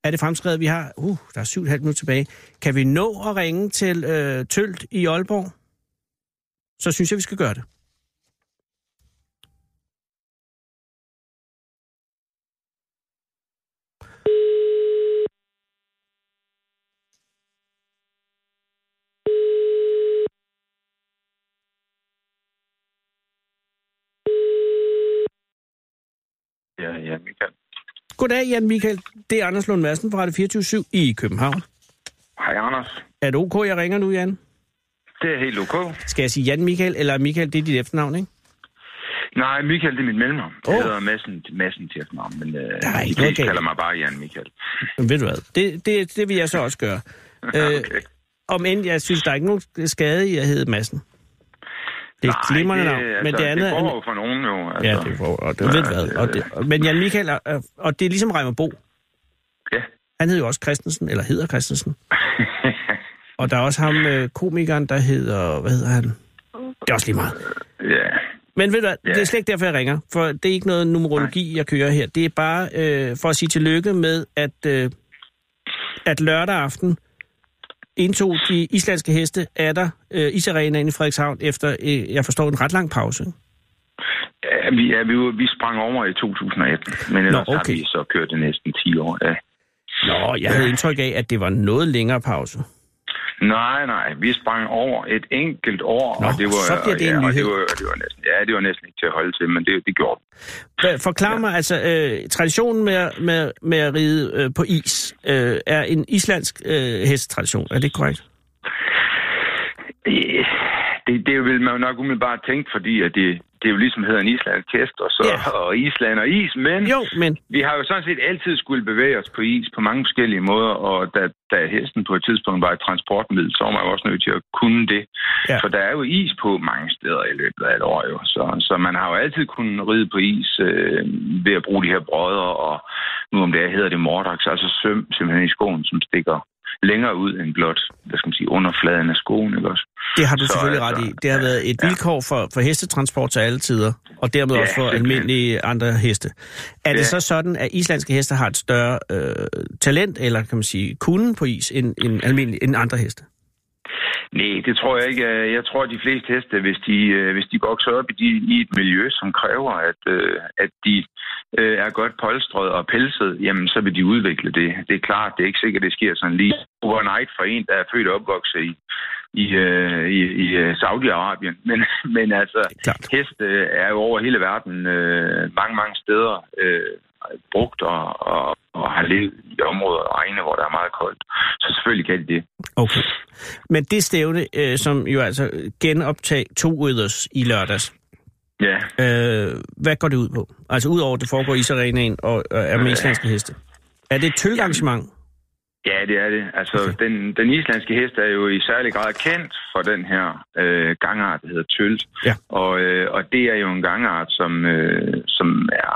S4: er det fremskrevet, vi har... Uh, der er 7,5 minutter tilbage. Kan vi nå at ringe til øh, Tølt i Aalborg? Så synes jeg, vi skal gøre det.
S3: Ja, ja, Michael.
S4: Goddag, Jan Michael. Det er Anders Lund Madsen fra Radio 24 i København.
S3: Hej, Anders.
S4: Er det ok, jeg ringer nu, Jan?
S3: Det er helt ok.
S4: Skal jeg sige Jan Michael, eller Michael, det er dit efternavn, ikke?
S3: Nej, Michael, det er mit mellemnavn. Oh.
S4: Åh.
S3: Jeg hedder Madsen, Madsen til efternavn, men øh, de
S4: Der er ikke noget
S3: fleste
S4: galt.
S3: kalder mig bare Jan Michael.
S4: Men ved du hvad, det, det, det vil jeg så også gøre. okay. øh,
S3: Okay.
S4: om end jeg synes, der er ikke nogen skade i at hedde Madsen. Det er et glimrende navn, men det andet...
S3: Det
S4: er-
S3: går jo for nogen jo. Altså.
S4: ja, det går, og det, ved du hvad. Og det, men Jan Michael, er- er- og det er ligesom Reimer Bo.
S3: Ja.
S4: Han hed jo også Christensen, eller hedder Christensen. og der er også ham, øh, komikeren, der hedder... Hvad hedder han? Det er også lige meget.
S3: ja.
S4: Men ved du hvad,
S3: Ja.
S4: det er slet ikke derfor, jeg ringer. For det er ikke noget numerologi, jeg kører her. Det er bare øh, for at sige tillykke med, at, øh, at lørdag aften indtog de islandske heste Adder øh, isarenaen i Frederikshavn efter, øh, jeg forstår, en ret lang pause.
S3: Ja, vi, ja, vi, var- vi sprang over i 2018, men ellers Nå, okay. har
S4: okay.
S3: vi så kørt det næsten 10 år. Ja.
S4: Nå, jeg havde indtryk af, at det var en noget længere pause.
S3: Nej, nej, vi sprang over et enkelt år,
S4: Nå,
S3: og det var,
S4: så bliver det en
S3: ja, og
S4: nyhed.
S3: det var, det var næsten, ja, det var næsten ikke til at holde til, men det, det gjorde vi.
S4: Hva- Forklar ja. mig, altså øh, traditionen med, at- med, med at ride øh, på is øh, er en islandsk øh, hestetradition. Er det korrekt?
S3: Øh, Det, det vil man jo nok umiddelbart tænke, fordi at det, det er jo ligesom hedder en islandsk hest, og så
S4: Ja.
S3: yeah. og Island og is, men
S4: Jo, men...
S3: vi har jo sådan set altid skulle bevæge os på is på mange forskellige måder, og da, da hesten på et tidspunkt var et transportmiddel, så var man jo også nødt til at kunne det.
S4: Ja.
S3: For der er jo is på mange steder i løbet af et år jo, så, så man har jo altid kunnet ride på is øh, ved at bruge de her brødre, og nu om det er, hedder det mordax, altså søm simpelthen i skoen, som stikker længere ud end blot, hvad skal man sige, underfladen af skoen, ikke også?
S4: Det har du
S3: Så
S4: selvfølgelig
S3: altså,
S4: ret i. Det har været et vilkår for, for hestetransport til alle tider, og dermed
S3: Ja,
S4: også for
S3: simpelthen.
S4: almindelige andre heste. Er
S3: Ja.
S4: det så sådan, at islandske heste har et større øh, talent, eller kan man sige, kunden på is, end, end, almindelige, end andre heste?
S3: Nej, det tror jeg ikke. Øh, Jeg tror, at de fleste heste, hvis de, øh, hvis de vokser op i, de, i et miljø, som kræver, at, øh, at de øh, er godt polstret og pelset, jamen så vil de udvikle det. Det er klart, det er ikke sikkert, det sker sådan lige overnight for en, der er født og opvokset i, i, øh, i, i øh, Saudi-Arabien. Men, men altså,
S4: Klart.
S3: heste er jo over hele verden øh, mange, mange steder øh, brugt og, og, og har levet i områder og egne, hvor der er meget koldt. Så selvfølgelig kan de det.
S4: Okay. Men det stævne, øh, som jo altså genoptag to yders i lørdags,
S3: Ja.
S4: øh, hvad går det ud på? Altså udover, at det foregår i Isarenaen og, og er med islandske heste. Er det et tølgarrangement?
S3: Ja, det er det. Altså, den, den islandske hest er jo i særlig grad kendt for den her øh, gangart, der hedder tølt.
S4: Ja.
S3: Og, øh, og det er jo en gangart, som, øh, som er,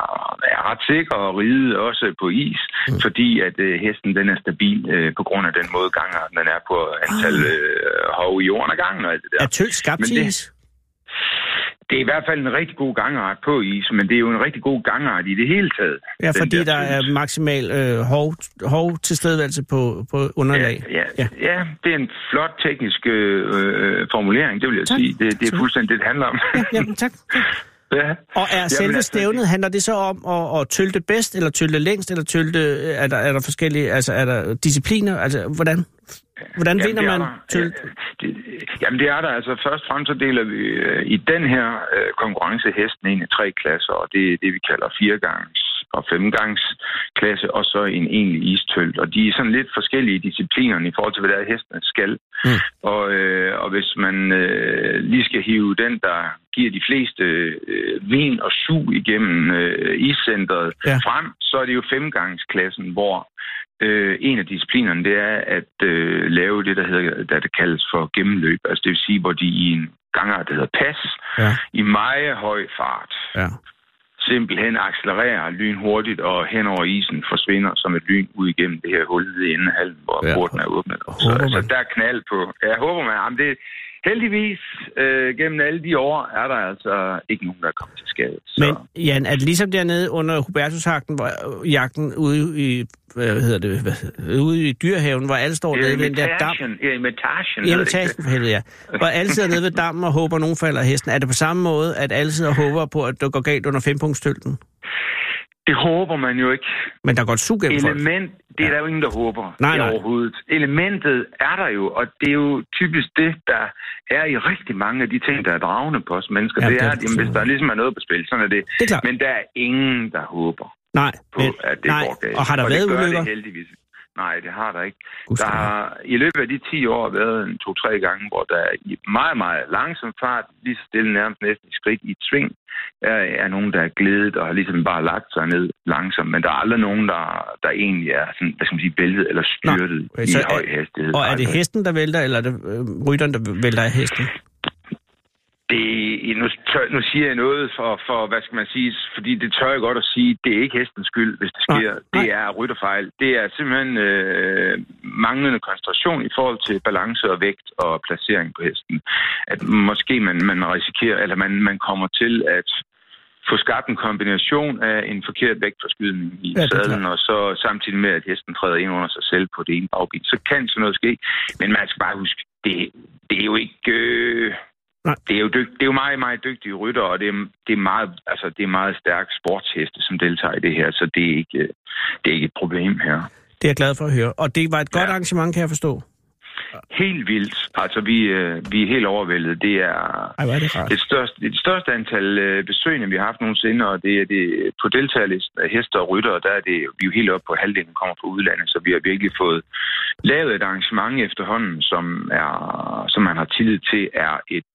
S3: er ret sikker at ride også på is, mm. fordi at øh, hesten den er stabil øh, på grund af den måde, gangarten den er på antal øh, hov i jorden og gangen og alt det der.
S4: Er tøl skabt
S3: Men
S4: til
S3: det-
S4: is?
S3: Det er i hvert fald en rigtig god gangart på is, men det er jo en rigtig god gangart i det hele taget.
S4: Ja,
S3: den
S4: fordi der,
S3: Tölt.
S4: er maksimal øh, hård, hård tilstedeværelse på, på underlag.
S3: Ja, ja, ja, det er en flot teknisk øh, øh, formulering, det vil jeg
S4: Tak.
S3: sige. Det, det er
S4: Tak.
S3: fuldstændig det, det handler om.
S4: ja jamen, tak.
S3: ja.
S4: Og er selve
S3: altså,
S4: stævnet, handler det så om at, at tølte bedst, eller tølte længst, eller tølte, øh, er der, er der forskellige, altså er der discipliner, altså hvordan, hvordan
S3: Jamen,
S4: vinder
S3: det er
S4: man
S3: der.
S4: tølte?
S3: Ja, det, jamen, det er der. Altså, først og fremmest så deler vi øh, i den her øh, konkurrence hesten ind i tre klasser, og det er det, vi kalder firegangs og femgangs klasse, og så en egentlig istølt. Og de er sådan lidt forskellige i disciplinerne i forhold til, hvad der er hesten skal.
S4: Mm.
S3: Og, øh, og hvis man øh, lige skal hive den, der giver de fleste øh, vin og sug igennem øh, iscenteret
S4: Ja.
S3: ja. frem, så er det jo femgangsklassen, hvor Øh, en af disciplinerne, det er at øh, lave det, der, hedder, der det kaldes for gennemløb. Altså det vil sige, hvor de i en ganger, der hedder pas,
S4: Ja.
S3: i meget høj fart,
S4: Ja.
S3: simpelthen accelererer lynhurtigt og hen over isen forsvinder som et lyn ud igennem det her hul i enden af halmen, hvor
S4: Ja.
S3: ja. porten er åbnet. Så, altså,
S4: Håber man.
S3: så der er knald på. Jeg håber man. Jamen, det, heldigvis, øh, gennem alle de år, er der altså ikke nogen, der er kommet til skade. Så.
S4: Men Jan, er det ligesom dernede under Hubertushagten, hvor øh, jagten ude i, hvad hedder det, hvad, hedder- ude i dyrehaven, hvor alle står nede ved den der dam?
S3: Imitation. Øh, Ja, imitation.
S4: I
S3: hedder det ikke det?
S4: imitagen for helvede, ja. Hvor alle sidder nede ved dammen og håber, at nogen falder af hesten. Er det på samme måde, at alle sidder og håber på, at det går galt under fempunktstølten?
S3: Det håber man jo ikke.
S4: Men der går et sug gennem folk.
S3: Element, det er der jo ingen, der håber
S4: Nej,
S3: nej,
S4: nej.
S3: nej. overhovedet. Elementet er der jo, og det er jo typisk det, der er i rigtig mange af de ting, der er dragende på os mennesker.
S4: Ja,
S3: Ja, det
S4: det
S3: er,
S4: er
S3: at jamen, hvis der ligesom er noget på spil, sådan er det.
S4: Det er klart.
S3: Men der er ingen, der håber
S4: Nej,
S3: på,
S4: men,
S3: at det
S4: nej.
S3: går galt.
S4: Og har der
S3: og
S4: været
S3: det gør
S4: ulykker?
S3: det heldigvis. Nej, det har der ikke.
S4: Gud,
S3: Der har i løbet af de 10 år været en to-tre gange, hvor der i meget, meget langsom fart, lige så stille nærmest næsten i skridt i et sving, er, er nogen, der er glædet og har ligesom bare lagt sig ned langsomt. Men der er aldrig nogen, der, der egentlig er sådan, hvad skal man sige, væltet eller styrtet
S4: okay,
S3: i
S4: så er-
S3: høj hastighed.
S4: Og er det
S3: Aldrig.
S4: hesten, der vælter, eller er det øh, rytteren, der vælter af hesten?
S3: Det, nu, tør, nu siger jeg noget for, for, hvad skal man sige, fordi det tør jeg godt at sige, det er ikke hestens skyld, hvis det sker.
S4: Nej,
S3: Det er rytterfejl. Det er simpelthen øh, manglende koncentration i forhold til balance og vægt og placering på hesten. At måske man, man risikerer, eller man, man kommer til at få skabt en kombination af en forkert vægtforskydning i
S4: Ja,
S3: ja,
S4: det er
S3: sadlen, og så samtidig med, at hesten træder ind under sig selv på det ene bagben. Så kan sådan noget ske, men man skal bare huske, det, det er jo ikke... Øh,
S4: Nej.
S3: det er, jo dygt, det er jo meget, meget dygtige rytter, og det er, det er meget, altså, det er meget stærke sportsheste, som deltager i det her, så det er ikke, øh, det er ikke et problem her.
S4: Det er jeg glad for at høre. Og det var et godt
S3: Ja.
S4: arrangement, kan jeg forstå.
S3: Helt vildt. Altså, vi, øh, vi er helt overvældet. Det er,
S4: Ej, hvor er det rart.
S3: Det største, det største antal øh, besøgende, vi har haft nogensinde, og det er det, på deltagerlisten af hester og rytter, der er det, vi er jo helt oppe på halvdelen, kommer fra udlandet, så vi har virkelig fået lavet et arrangement efterhånden, som, er, som man har tillid til er et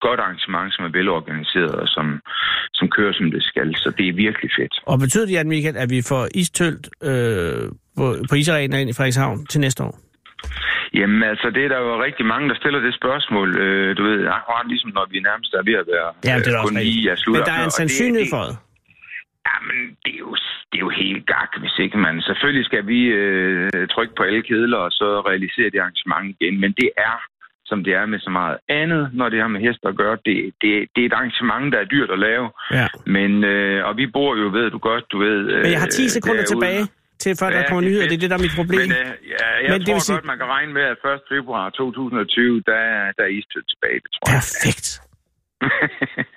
S3: godt arrangement, som er velorganiseret og som, som kører, som det skal. Så det er virkelig fedt.
S4: Og betyder det, Jan Michael, at vi får istølt øh, på, på isarenaen ind i Frederikshavn til næste år?
S3: Jamen altså, det er der jo rigtig mange, der stiller det spørgsmål. Øh, du ved, akkurat ligesom når vi nærmest er ved at være
S4: Ja, det er da
S3: øh,
S4: også
S3: kun lige
S4: rigtigt.
S3: at slutte
S4: Men der er en sandsynlighed for det.
S3: Jamen, det er jo, det er jo helt gak, hvis ikke man... Selvfølgelig skal vi øh, trykke på alle kedler og så realisere det arrangement igen, men det er, som det er med så meget andet, når det har med hest at gøre, det, det, det er et arrangement, der er dyrt at lave.
S4: Ja.
S3: Men, øh, og vi bor jo, ved du godt, du ved...
S4: Men jeg har 10
S3: øh,
S4: sekunder
S3: derude.
S4: tilbage til, før der
S3: Ja,
S4: kommer
S3: det er
S4: nyheder.
S3: fedt.
S4: Det er det, der er mit problem.
S3: Men, øh, ja, jeg
S4: Men
S3: Men
S4: det
S3: tror
S4: vil sige-
S3: godt, man kan regne med, at 1. februar 2020, der, er- der er istødt tilbage, det tror jeg.
S4: Perfekt.